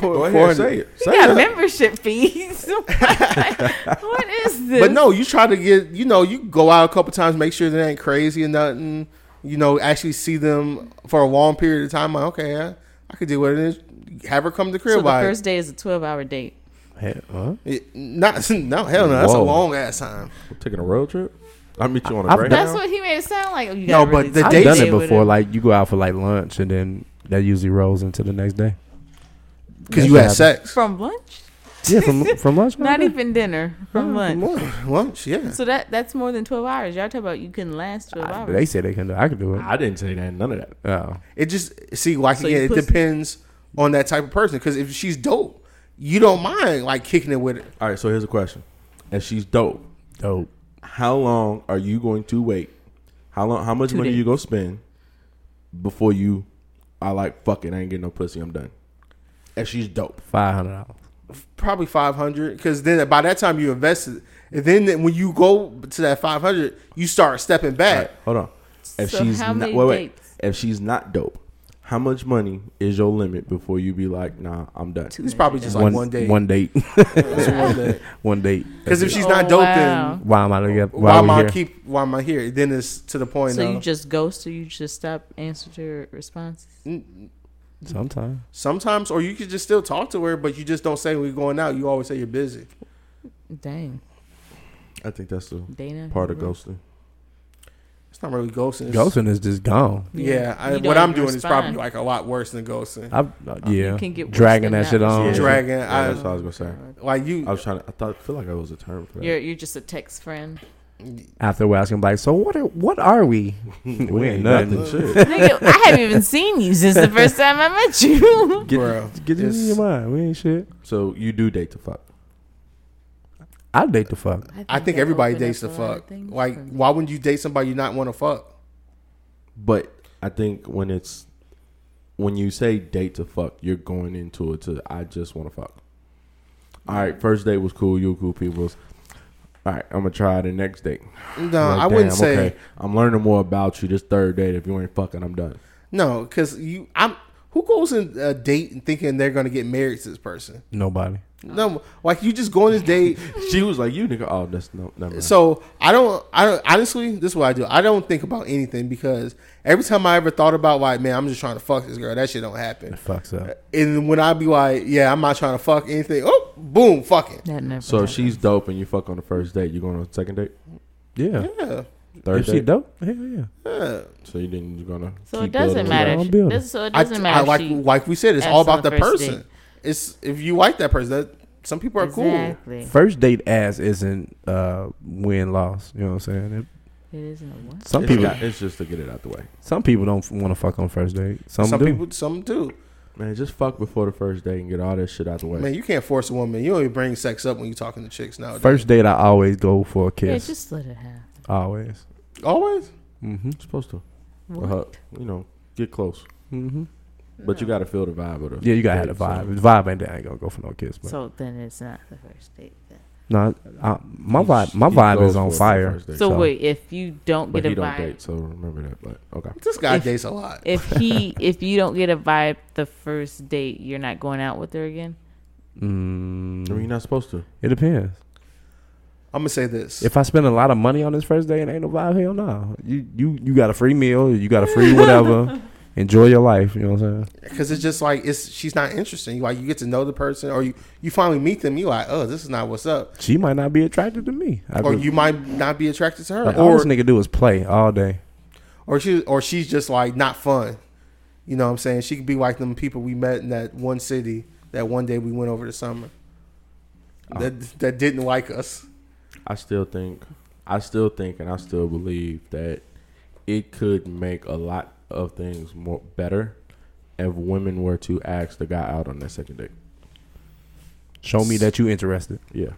Speaker 2: Go ahead,
Speaker 4: 400.
Speaker 2: say it. Say
Speaker 6: We got
Speaker 2: it.
Speaker 6: membership fees. what is this?
Speaker 4: But no, you try to get you know you go out a couple times, make sure they ain't crazy or nothing. You know, actually see them for a long period of time. Like, okay, I, I could do what it is. Have her come to the crib.
Speaker 6: So the
Speaker 4: like,
Speaker 6: first day is a twelve-hour date.
Speaker 5: Hey, huh?
Speaker 4: it- not no hell no. That's a
Speaker 5: Whoa.
Speaker 4: long ass time.
Speaker 2: Taking a road trip. I'll meet you on a
Speaker 5: I've
Speaker 2: break.
Speaker 5: done-
Speaker 6: That's what he made it sound like. You
Speaker 4: No,
Speaker 6: gotta
Speaker 4: but
Speaker 6: really
Speaker 4: the
Speaker 6: do
Speaker 5: I've
Speaker 4: dates-
Speaker 5: done
Speaker 6: day
Speaker 5: it
Speaker 6: with
Speaker 5: before.
Speaker 6: him.
Speaker 5: Like you go out for like lunch, and then that usually rolls into the next day.
Speaker 4: Because
Speaker 5: That
Speaker 4: you
Speaker 5: shit
Speaker 4: had sex.
Speaker 6: from lunch,
Speaker 5: Yeah, from from lunch.
Speaker 6: not even dinner, from lunch.
Speaker 4: Lunch, yeah.
Speaker 6: So that that's more than twelve hours. Y'all talk about you can last twelve
Speaker 5: I,
Speaker 6: hours.
Speaker 5: they said they can do. I can do it.
Speaker 2: I didn't say that. None of that.
Speaker 5: Oh,
Speaker 4: It just see like
Speaker 6: So you
Speaker 4: again, it
Speaker 6: pussy.
Speaker 4: depends on that type of person. Because if she's dope, you don't mind like kicking it with her.
Speaker 2: All right. So here's a question. If she's dope,
Speaker 5: dope.
Speaker 2: how long are you going to wait? How long? How much
Speaker 6: Two
Speaker 2: money
Speaker 6: days.
Speaker 2: you gonna spend before you? I like fuck it. I ain't getting no pussy. I'm done. And she's dope.
Speaker 5: Five hundred dollars.
Speaker 4: probably 500 because then by that time you invested and then when you go to that 500 you start stepping
Speaker 2: All
Speaker 4: back
Speaker 2: right, hold on. If
Speaker 6: So
Speaker 2: she's
Speaker 6: how
Speaker 2: not,
Speaker 6: many
Speaker 2: wait, wait.
Speaker 6: dates?
Speaker 2: If she's not dope, how much money is your limit before you be like, nah, I'm done?
Speaker 4: it's probably just like one,
Speaker 5: one,
Speaker 4: day
Speaker 5: One date. one date.
Speaker 4: because if
Speaker 5: That's it.
Speaker 4: she's
Speaker 6: Oh,
Speaker 4: not dope
Speaker 6: wow.
Speaker 4: then
Speaker 5: why am I together?
Speaker 4: why,
Speaker 5: Why,
Speaker 4: am
Speaker 5: am
Speaker 4: i
Speaker 5: we here?
Speaker 4: keep why am i here then it's to the point
Speaker 6: So
Speaker 4: of,
Speaker 6: you just ghost, or you just stop answering to her responses.
Speaker 5: Sometimes.
Speaker 4: sometimes or you could just still talk to her but you just don't say we're going out you always say you're busy
Speaker 6: Dang,
Speaker 2: I think that's the
Speaker 6: Dana.
Speaker 2: part of
Speaker 6: you were-
Speaker 2: ghosting.
Speaker 4: it's not really ghosting it's-
Speaker 5: Ghosting is just gone.
Speaker 4: yeah,
Speaker 6: You
Speaker 4: I,
Speaker 6: don't
Speaker 4: what i'm
Speaker 6: even
Speaker 4: doing is probably
Speaker 6: respond.
Speaker 4: like a lot worse than ghosting
Speaker 5: I, uh, yeah.
Speaker 6: can get worse
Speaker 5: dragging
Speaker 6: than
Speaker 5: that shit
Speaker 6: that.
Speaker 5: on.
Speaker 2: Yeah.
Speaker 4: dragging
Speaker 2: Yeah, that's what I was gonna say.
Speaker 4: i like you
Speaker 2: I was trying to. I thought. I feel like I was a term for that.
Speaker 6: You're you're just a text friend.
Speaker 5: After a while, it's gonna be like, so what? Are, what are we?
Speaker 2: we ain't nothing. Shit.
Speaker 6: Nigga, I haven't even seen you since the first time I met you.
Speaker 5: Get,
Speaker 4: Bro,
Speaker 5: get this in
Speaker 4: it's-
Speaker 5: your mind. We ain't shit.
Speaker 2: So you do date to fuck.
Speaker 5: I date the fuck.
Speaker 4: i think
Speaker 6: that
Speaker 4: everybody
Speaker 6: opened
Speaker 4: dates
Speaker 6: up
Speaker 4: the
Speaker 6: a lot of
Speaker 4: fuck
Speaker 6: things
Speaker 4: like
Speaker 6: for me.
Speaker 4: why wouldn't you date somebody you not want to fuck
Speaker 2: But I think when it's when you say date to fuck, you're going into it to I just want to fuck. All right, first date was cool. You were cool people. All right, I'm gonna try the next date.
Speaker 4: no
Speaker 2: Like,
Speaker 4: Uh, i wouldn't
Speaker 2: damn,
Speaker 4: say
Speaker 2: okay, I'm learning more about you this third date. If you ain't fucking, I'm done.
Speaker 4: No, because you, I'm. Who goes on a date and thinking they're going to get married to this person?
Speaker 5: Nobody.
Speaker 4: No, like you just go on this date.
Speaker 2: She was like, "You nigga, oh that's no, never mind.
Speaker 4: So I don't. I don't. Honestly, this is what I do. I don't think about anything because every time I ever thought about like, man, I'm just trying to fuck this girl. That shit don't happen.
Speaker 5: fucks up.
Speaker 4: And when I be like, yeah, I'm not trying to fuck anything. Oh, boom, fucking.
Speaker 6: That never.
Speaker 2: So if
Speaker 6: happened.
Speaker 2: she's dope, and you fuck on the first date. You going on a second date,
Speaker 5: Yeah.
Speaker 4: Yeah.
Speaker 2: third
Speaker 5: if she
Speaker 2: date.
Speaker 5: dope, hell yeah.
Speaker 4: yeah.
Speaker 2: so you didn't you're gonna.
Speaker 6: So
Speaker 2: keep
Speaker 6: it doesn't
Speaker 2: building.
Speaker 6: matter.
Speaker 5: on
Speaker 6: if she-
Speaker 5: building.
Speaker 6: does- so it
Speaker 4: I,
Speaker 6: doesn't matter.
Speaker 4: I like
Speaker 6: if she,
Speaker 4: like we said, it's
Speaker 6: asks
Speaker 4: all
Speaker 6: on
Speaker 4: about the
Speaker 6: the first
Speaker 4: person.
Speaker 6: date.
Speaker 4: It's if you like that person. That some people are cool.
Speaker 6: exactly.
Speaker 5: First date ass isn't uh, win loss. You know what I'm saying?
Speaker 6: It isn't a what?
Speaker 5: It, some
Speaker 2: It's,
Speaker 5: people,
Speaker 2: got- it's just to get it out the way.
Speaker 5: some people don't want to fuck on first date. Some,
Speaker 4: Some,
Speaker 5: do.
Speaker 4: people, some do.
Speaker 2: Man, just fuck before the first date and get all that shit out the way.
Speaker 4: Man, you can't force a woman. You only bring sex up when you're talking to chicks nowadays.
Speaker 5: First date, I always go for a kiss.
Speaker 6: Yeah, just let it happen.
Speaker 5: always.
Speaker 4: always.
Speaker 5: Mm-hmm.
Speaker 2: You're supposed to,
Speaker 6: What?
Speaker 2: Uh, you know, get close,
Speaker 5: Mm-hmm.
Speaker 2: but you gotta feel the vibe of the.
Speaker 5: Yeah, you gotta have the
Speaker 2: date, so-
Speaker 5: vibe. If the vibe ain't there, I ain't gonna go for no kiss. But
Speaker 6: So then it's not the first date. Then.
Speaker 5: no, I, my
Speaker 2: He-
Speaker 5: vibe, my
Speaker 2: he
Speaker 5: vibe
Speaker 2: goes
Speaker 5: is
Speaker 2: for
Speaker 5: on
Speaker 2: it for the
Speaker 5: fire.
Speaker 2: first date.
Speaker 6: So,
Speaker 5: So-
Speaker 6: wait, if you don't
Speaker 2: but
Speaker 6: get
Speaker 2: he
Speaker 6: a
Speaker 2: don't
Speaker 6: vibe,
Speaker 2: date, so remember that. But okay,
Speaker 4: This guy
Speaker 6: If-
Speaker 4: dates a lot.
Speaker 6: if he if you don't get a vibe the first date, you're not going out with her again.
Speaker 2: I
Speaker 5: Mm,
Speaker 2: mean, you're not supposed to.
Speaker 5: it depends.
Speaker 4: I'm gonna say this.
Speaker 5: If I spend a lot of money on this first day and ain't no vibe, hell no. You you you got a free meal, you got a free whatever. Enjoy your life. You know what I'm saying?
Speaker 4: because it's just like it's she's not interesting. Like you get to know the person, or you you finally meet them, you like, oh, this is not what's up,
Speaker 5: She might not be attracted to me. I
Speaker 4: or
Speaker 5: could-
Speaker 4: you might not be attracted to her,
Speaker 5: like, all
Speaker 4: or
Speaker 5: this nigga do is play all day.
Speaker 4: or she or she's just like not fun. You know what I'm saying? She could be like them people we met in that one city that one day we went over the summer that that didn't like us.
Speaker 2: I still think, I still think, and I still believe that it could make a lot of things more better if women were to ask the guy out on that second date.
Speaker 5: Show me that you interested.
Speaker 2: Yeah,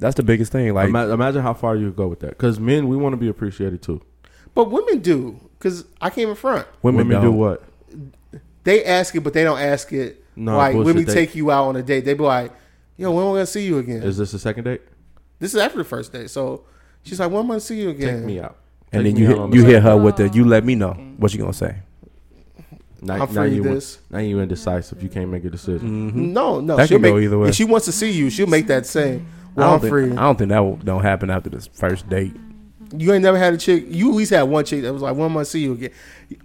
Speaker 5: That's the biggest thing. Like
Speaker 2: Ima- imagine how far you go with that. Because men, we want to be appreciated too.
Speaker 4: But women do because I came in front.
Speaker 5: women,
Speaker 2: women
Speaker 5: do
Speaker 2: do
Speaker 5: what?
Speaker 2: what?
Speaker 4: They ask it, but they don't ask it.
Speaker 2: No,
Speaker 4: like when
Speaker 2: bullshit,
Speaker 4: we
Speaker 2: they-
Speaker 4: take you out on a date, they be like, "Yo, when am I gonna see you again?"
Speaker 2: Is this the second date?
Speaker 4: This is after the first date, so she's like, "When am I gonna see you again?"
Speaker 2: Take me out.
Speaker 5: And
Speaker 2: Take me
Speaker 5: then you
Speaker 2: out
Speaker 5: hit,
Speaker 2: on
Speaker 5: you
Speaker 2: the-
Speaker 5: hit her with the you let me know what you gonna say.
Speaker 2: Now, Mm-hmm.
Speaker 4: I'm
Speaker 2: now
Speaker 4: free
Speaker 2: you
Speaker 4: this.
Speaker 2: now you indecisive. You can't make a decision.
Speaker 4: No, no.
Speaker 5: That
Speaker 4: she'll
Speaker 5: can go
Speaker 4: make-
Speaker 5: either way.
Speaker 4: If she wants to see you, she'll make that same.
Speaker 5: I
Speaker 4: Well,
Speaker 5: don't
Speaker 4: I'm
Speaker 5: think,
Speaker 4: free.
Speaker 5: I don't think that will, don't happen after this first date.
Speaker 4: You ain't never had a chick. You at least had one chick that was like, "When am I gonna see you again?"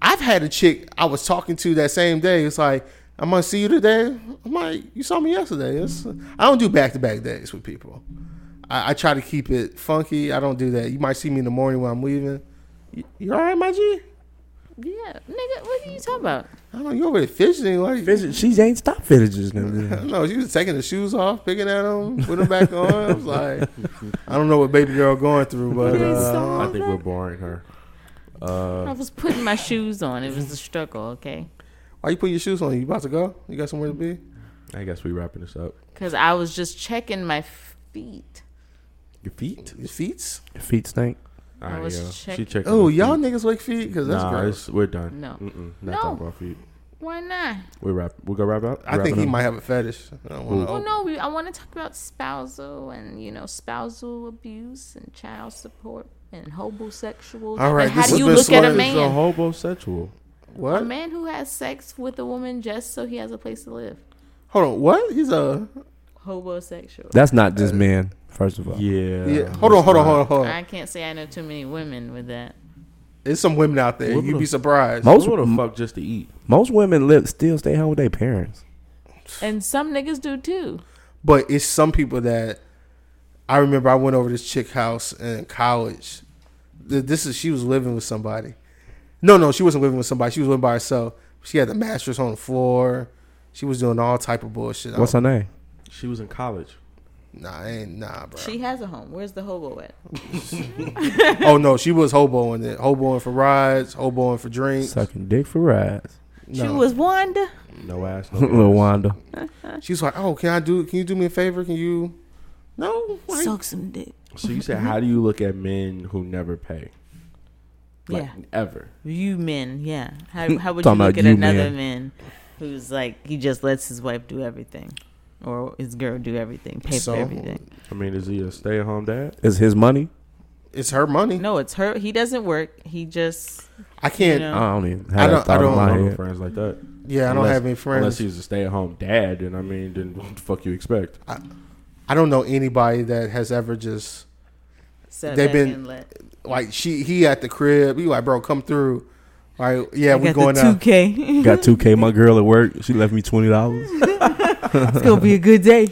Speaker 4: I've had a chick I was talking to that same day. It's like, "I'm gonna see you today." I'm like, "You saw me yesterday." It's, I don't do back to back days with people. I, I try to keep it funky. I don't do that. You might see me in the morning when I'm leaving. You, you all right, my G?
Speaker 6: Yeah, nigga, what are you talking about?
Speaker 4: I don't know. You over there fidgeting like
Speaker 5: She ain't stop fidgeting.
Speaker 4: I don't know. She was taking the shoes off, picking at them, putting them back on. I was like, I don't know what baby girl going through, but uh,
Speaker 2: I think we're boring her. Uh,
Speaker 6: I was putting my shoes on. It was a struggle, okay?
Speaker 4: why you putting your shoes on? You about to go? You got somewhere to be?
Speaker 2: I guess we wrapping this up.
Speaker 6: Because I was just checking my feet.
Speaker 2: Your feet?
Speaker 4: Your feet?
Speaker 5: Your feet stink.
Speaker 2: All
Speaker 6: I
Speaker 2: right,
Speaker 6: was
Speaker 2: yo. She
Speaker 6: checking-
Speaker 2: checked.
Speaker 4: Oh, y'all niggas like feet? Because that's
Speaker 2: nah,
Speaker 4: gross.
Speaker 2: it's, we're done.
Speaker 6: No.
Speaker 2: Mm-mm, not
Speaker 6: No.
Speaker 2: talking about feet.
Speaker 6: Why not?
Speaker 2: We wrap. We gonna wrap up.
Speaker 4: I think
Speaker 2: Wrapping
Speaker 4: he
Speaker 2: up?
Speaker 4: might have a fetish. I don't wanna
Speaker 6: Well,
Speaker 4: open-
Speaker 6: Oh, no, we, I want to talk about spousal and, you know, spousal abuse and child support and homosexual.
Speaker 4: All right,
Speaker 6: and how
Speaker 4: this
Speaker 6: do
Speaker 4: has
Speaker 6: you
Speaker 4: been
Speaker 6: look at a
Speaker 4: Sweater's
Speaker 2: He's a
Speaker 6: man?
Speaker 2: homosexual.
Speaker 6: A
Speaker 4: What?
Speaker 6: man who has sex with a woman just so he has a place to live.
Speaker 4: Hold on. What? He's a
Speaker 6: Homosexual.
Speaker 5: That's not just men. First of all,
Speaker 2: Uh, Yeah.
Speaker 4: yeah. Hold on. Hold on. Hold on. Hold on.
Speaker 6: I can't say I know too many women with that.
Speaker 4: There's some women out there.
Speaker 2: What
Speaker 4: You'd be
Speaker 2: the-
Speaker 4: surprised.
Speaker 5: most
Speaker 2: Who the
Speaker 5: m-
Speaker 2: fuck just to eat?
Speaker 5: most women live still stay home with their parents.
Speaker 6: And some niggas do too.
Speaker 4: But it's some people that I remember. I went over to this chick house in college. Th- This is she was living with somebody. No, no, she wasn't living with somebody. She was living by herself. She had the mattress on the floor. She was doing all type of bullshit. I
Speaker 2: Oh.
Speaker 5: What's
Speaker 4: don't-
Speaker 5: her name?
Speaker 2: She was in college.
Speaker 4: Nah, I ain't nah, bro.
Speaker 6: She has a home. Where's the hobo at?
Speaker 4: oh no, she was hoboing it. Hoboing for rides. Hoboing for drinks.
Speaker 5: Sucking dick for rides.
Speaker 4: No.
Speaker 6: She was Wanda.
Speaker 2: No ass. No
Speaker 5: Little
Speaker 2: gas.
Speaker 5: Wanda.
Speaker 4: She's like, oh, can I do? Can you do me a favor? Can you? No, like,
Speaker 6: Soak some dick.
Speaker 2: So you said, how do you look at men who never pay? Like,
Speaker 6: Yeah.
Speaker 2: Ever.
Speaker 6: You men, yeah. How, how would
Speaker 5: Talking
Speaker 6: you look
Speaker 5: about
Speaker 6: at
Speaker 5: you
Speaker 6: another
Speaker 5: men.
Speaker 6: man who's like he just lets his wife do everything, or his girl do everything, pay
Speaker 4: So-
Speaker 6: for everything?
Speaker 2: I mean, is he a stay-at-home dad?
Speaker 5: It's his money.
Speaker 4: it's her money.
Speaker 6: No, it's her. He doesn't work. He just
Speaker 4: I can't.
Speaker 6: You know.
Speaker 5: I don't even
Speaker 4: I don't-
Speaker 5: have
Speaker 4: I
Speaker 5: that thought in
Speaker 4: don't
Speaker 5: my
Speaker 2: I don't know
Speaker 5: head.
Speaker 2: friends like that.
Speaker 4: Yeah, I don't
Speaker 2: Unless-
Speaker 4: have any
Speaker 2: Unless
Speaker 4: friends.
Speaker 2: he's a stay at home dad, and I mean, then what the fuck you expect?
Speaker 4: I don't know anybody that has ever just
Speaker 6: Set
Speaker 4: They've
Speaker 6: back
Speaker 4: been-
Speaker 6: and let-
Speaker 4: like she he at the crib. He like, bro, come through. Like, yeah,
Speaker 3: I
Speaker 4: we
Speaker 3: got
Speaker 4: going
Speaker 3: the
Speaker 4: out.
Speaker 3: 2K.
Speaker 5: Got two K. My girl at work. She left me twenty dollars.
Speaker 3: it's gonna be a good day.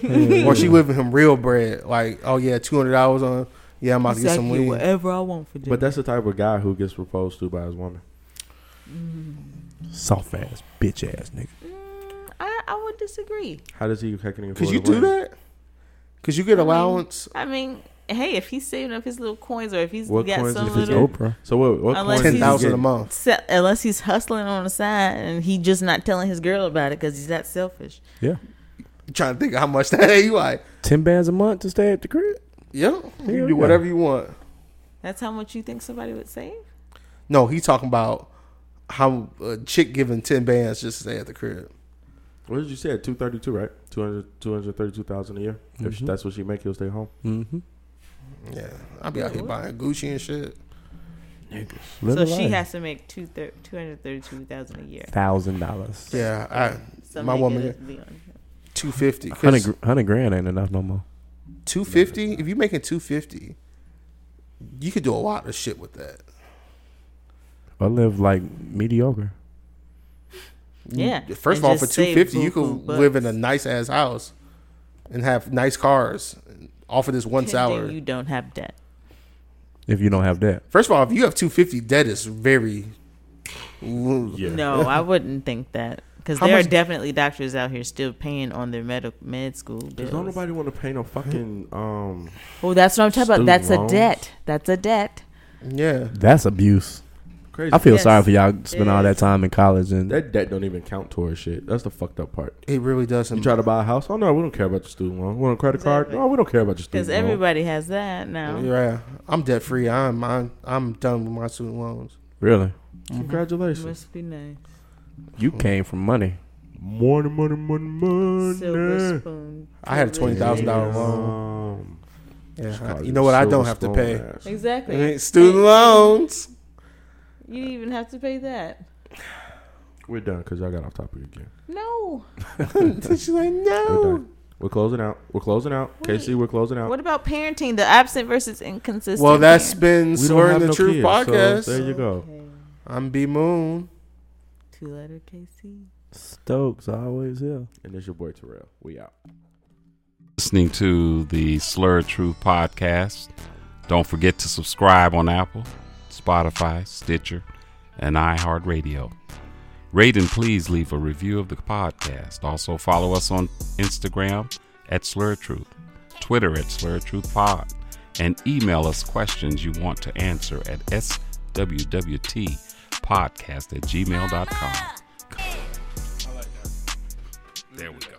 Speaker 4: Or she living him real bread. Like, oh yeah, two hundred dollars on. Yeah, I'm about to
Speaker 3: So I
Speaker 4: get
Speaker 3: can
Speaker 4: some
Speaker 3: get
Speaker 4: weed.
Speaker 3: whatever I want for dinner.
Speaker 2: But that's the type of guy who gets proposed to by his woman.
Speaker 5: Soft ass, bitch ass nigga.
Speaker 6: Mm, I, I would disagree.
Speaker 2: How does he? How can he?
Speaker 4: Could
Speaker 2: afford
Speaker 4: you
Speaker 2: a
Speaker 4: do
Speaker 2: woman?
Speaker 4: that? Could you get allowance?
Speaker 6: I mean, hey, if he's saving up his little coins or if he's
Speaker 2: What
Speaker 6: got
Speaker 2: coins
Speaker 6: some
Speaker 2: if it's
Speaker 6: little
Speaker 5: Oprah.
Speaker 2: So what? What coins
Speaker 6: Unless he's
Speaker 2: is
Speaker 4: Ten
Speaker 2: he
Speaker 4: thousand a
Speaker 2: getting?
Speaker 4: month.
Speaker 6: Se- unless he's hustling on the side and he just not telling his girl about it because he's that selfish.
Speaker 5: Yeah,
Speaker 4: trying to think of how much that you like.
Speaker 5: ten bands a month to stay at the crib.
Speaker 4: Yeah, you
Speaker 5: Hell
Speaker 4: do
Speaker 5: yeah.
Speaker 4: whatever you want.
Speaker 6: That's how much you think somebody would save.
Speaker 4: No, he talking about how a chick giving ten bands just to stay at the crib.
Speaker 2: What did you say? Two thirty two, right? 200 232,000 a year. If
Speaker 4: Mm-hmm.
Speaker 2: she-
Speaker 5: Mhm.
Speaker 2: that's what she make, he'll stay home.
Speaker 5: Mm-hmm.
Speaker 4: Yeah, I'll be out here buying Gucci and shit.
Speaker 6: so she has to make two thir- two hundred thirty two thousand a year.
Speaker 5: thousand dollars.
Speaker 4: Yeah, I
Speaker 6: So
Speaker 4: My
Speaker 6: make
Speaker 4: woman-
Speaker 6: it a million.
Speaker 4: two fifty.
Speaker 5: Hundred gr- hundred grand ain't enough no more.
Speaker 4: Two fifty. If you making two fifty, you could do a lot of shit with that.
Speaker 5: I live like mediocre.
Speaker 4: You-
Speaker 6: Yeah,
Speaker 4: Mm. First of
Speaker 6: and
Speaker 4: all, for
Speaker 6: just
Speaker 4: two
Speaker 6: save
Speaker 4: fifty, you
Speaker 6: boo-boo
Speaker 4: could live in a
Speaker 6: bucks.
Speaker 4: nice ass house and have nice cars. Off of this one
Speaker 6: Pending
Speaker 4: salary.
Speaker 6: You don't have debt.
Speaker 5: If you don't have that,
Speaker 4: First of all, if you have two fifty, debt is very. Yeah.
Speaker 6: No, I wouldn't think that because
Speaker 4: How
Speaker 6: there are
Speaker 4: much-
Speaker 6: definitely doctors out here still paying on their med med school bills.
Speaker 2: Does don't nobody want to pay no fucking um?
Speaker 6: Oh, that's what I'm talking
Speaker 2: Student
Speaker 6: about. That's
Speaker 2: loans.
Speaker 6: a debt. That's a debt.
Speaker 4: Yeah.
Speaker 5: that's abuse.
Speaker 2: Crazy.
Speaker 5: I feel
Speaker 6: Yes.
Speaker 5: sorry for y'all spend all
Speaker 6: It
Speaker 5: that time in college and
Speaker 2: that debt don't even count towards shit. That's the fucked up part.
Speaker 4: It really doesn't.
Speaker 2: You try to buy a house? Oh no, we don't care about your student loan. We want a credit card?
Speaker 6: Exactly.
Speaker 2: No, we don't care about your student
Speaker 6: Because
Speaker 2: loan.
Speaker 6: everybody has that now.
Speaker 4: Yeah, I'm debt free. I'm, I'm I'm done with my student loans.
Speaker 5: really
Speaker 4: Mm-hmm.
Speaker 2: Congratulations.
Speaker 6: Must be nice.
Speaker 5: you came from money.
Speaker 2: Money, money, money,
Speaker 4: Oh,
Speaker 2: money.
Speaker 6: Silver spoon.
Speaker 4: I had a
Speaker 6: privilege.
Speaker 4: $20,000
Speaker 2: loan.
Speaker 4: Yeah,
Speaker 2: Just call
Speaker 4: I-
Speaker 2: it
Speaker 4: you know what? I
Speaker 2: silver
Speaker 4: don't have to
Speaker 2: spoon
Speaker 4: pay
Speaker 2: ass.
Speaker 6: Exactly.
Speaker 4: It ain't student loans.
Speaker 6: You didn't even have to pay that.
Speaker 2: We're done because y'all got off topic again.
Speaker 6: No.
Speaker 4: She's like,
Speaker 2: We're
Speaker 4: no.
Speaker 2: done. We're closing out. We're closing out.
Speaker 6: Wait.
Speaker 2: KC, we're closing out.
Speaker 6: What about parenting? The absent versus inconsistent.
Speaker 4: Well, that's
Speaker 6: parent.
Speaker 4: been
Speaker 2: We don't
Speaker 4: Slurring
Speaker 2: have
Speaker 4: the
Speaker 2: no
Speaker 4: Truth
Speaker 2: kids, so
Speaker 4: podcast.
Speaker 2: there you go.
Speaker 6: Okay.
Speaker 4: I'm B Moon.
Speaker 6: Two letter KC.
Speaker 5: Stokes always here.
Speaker 2: And it's your boy Terrell. We out.
Speaker 7: listening to the Slur of Truth podcast. Don't forget to subscribe on Apple, Spotify, Stitcher, and iHeartRadio. Rate and please leave a review of the podcast. Also follow us on Instagram at Slur of Truth, Twitter at Slur of Truth Pod, and email us questions you want to answer at swwtpodcast at gmail.com. There we go.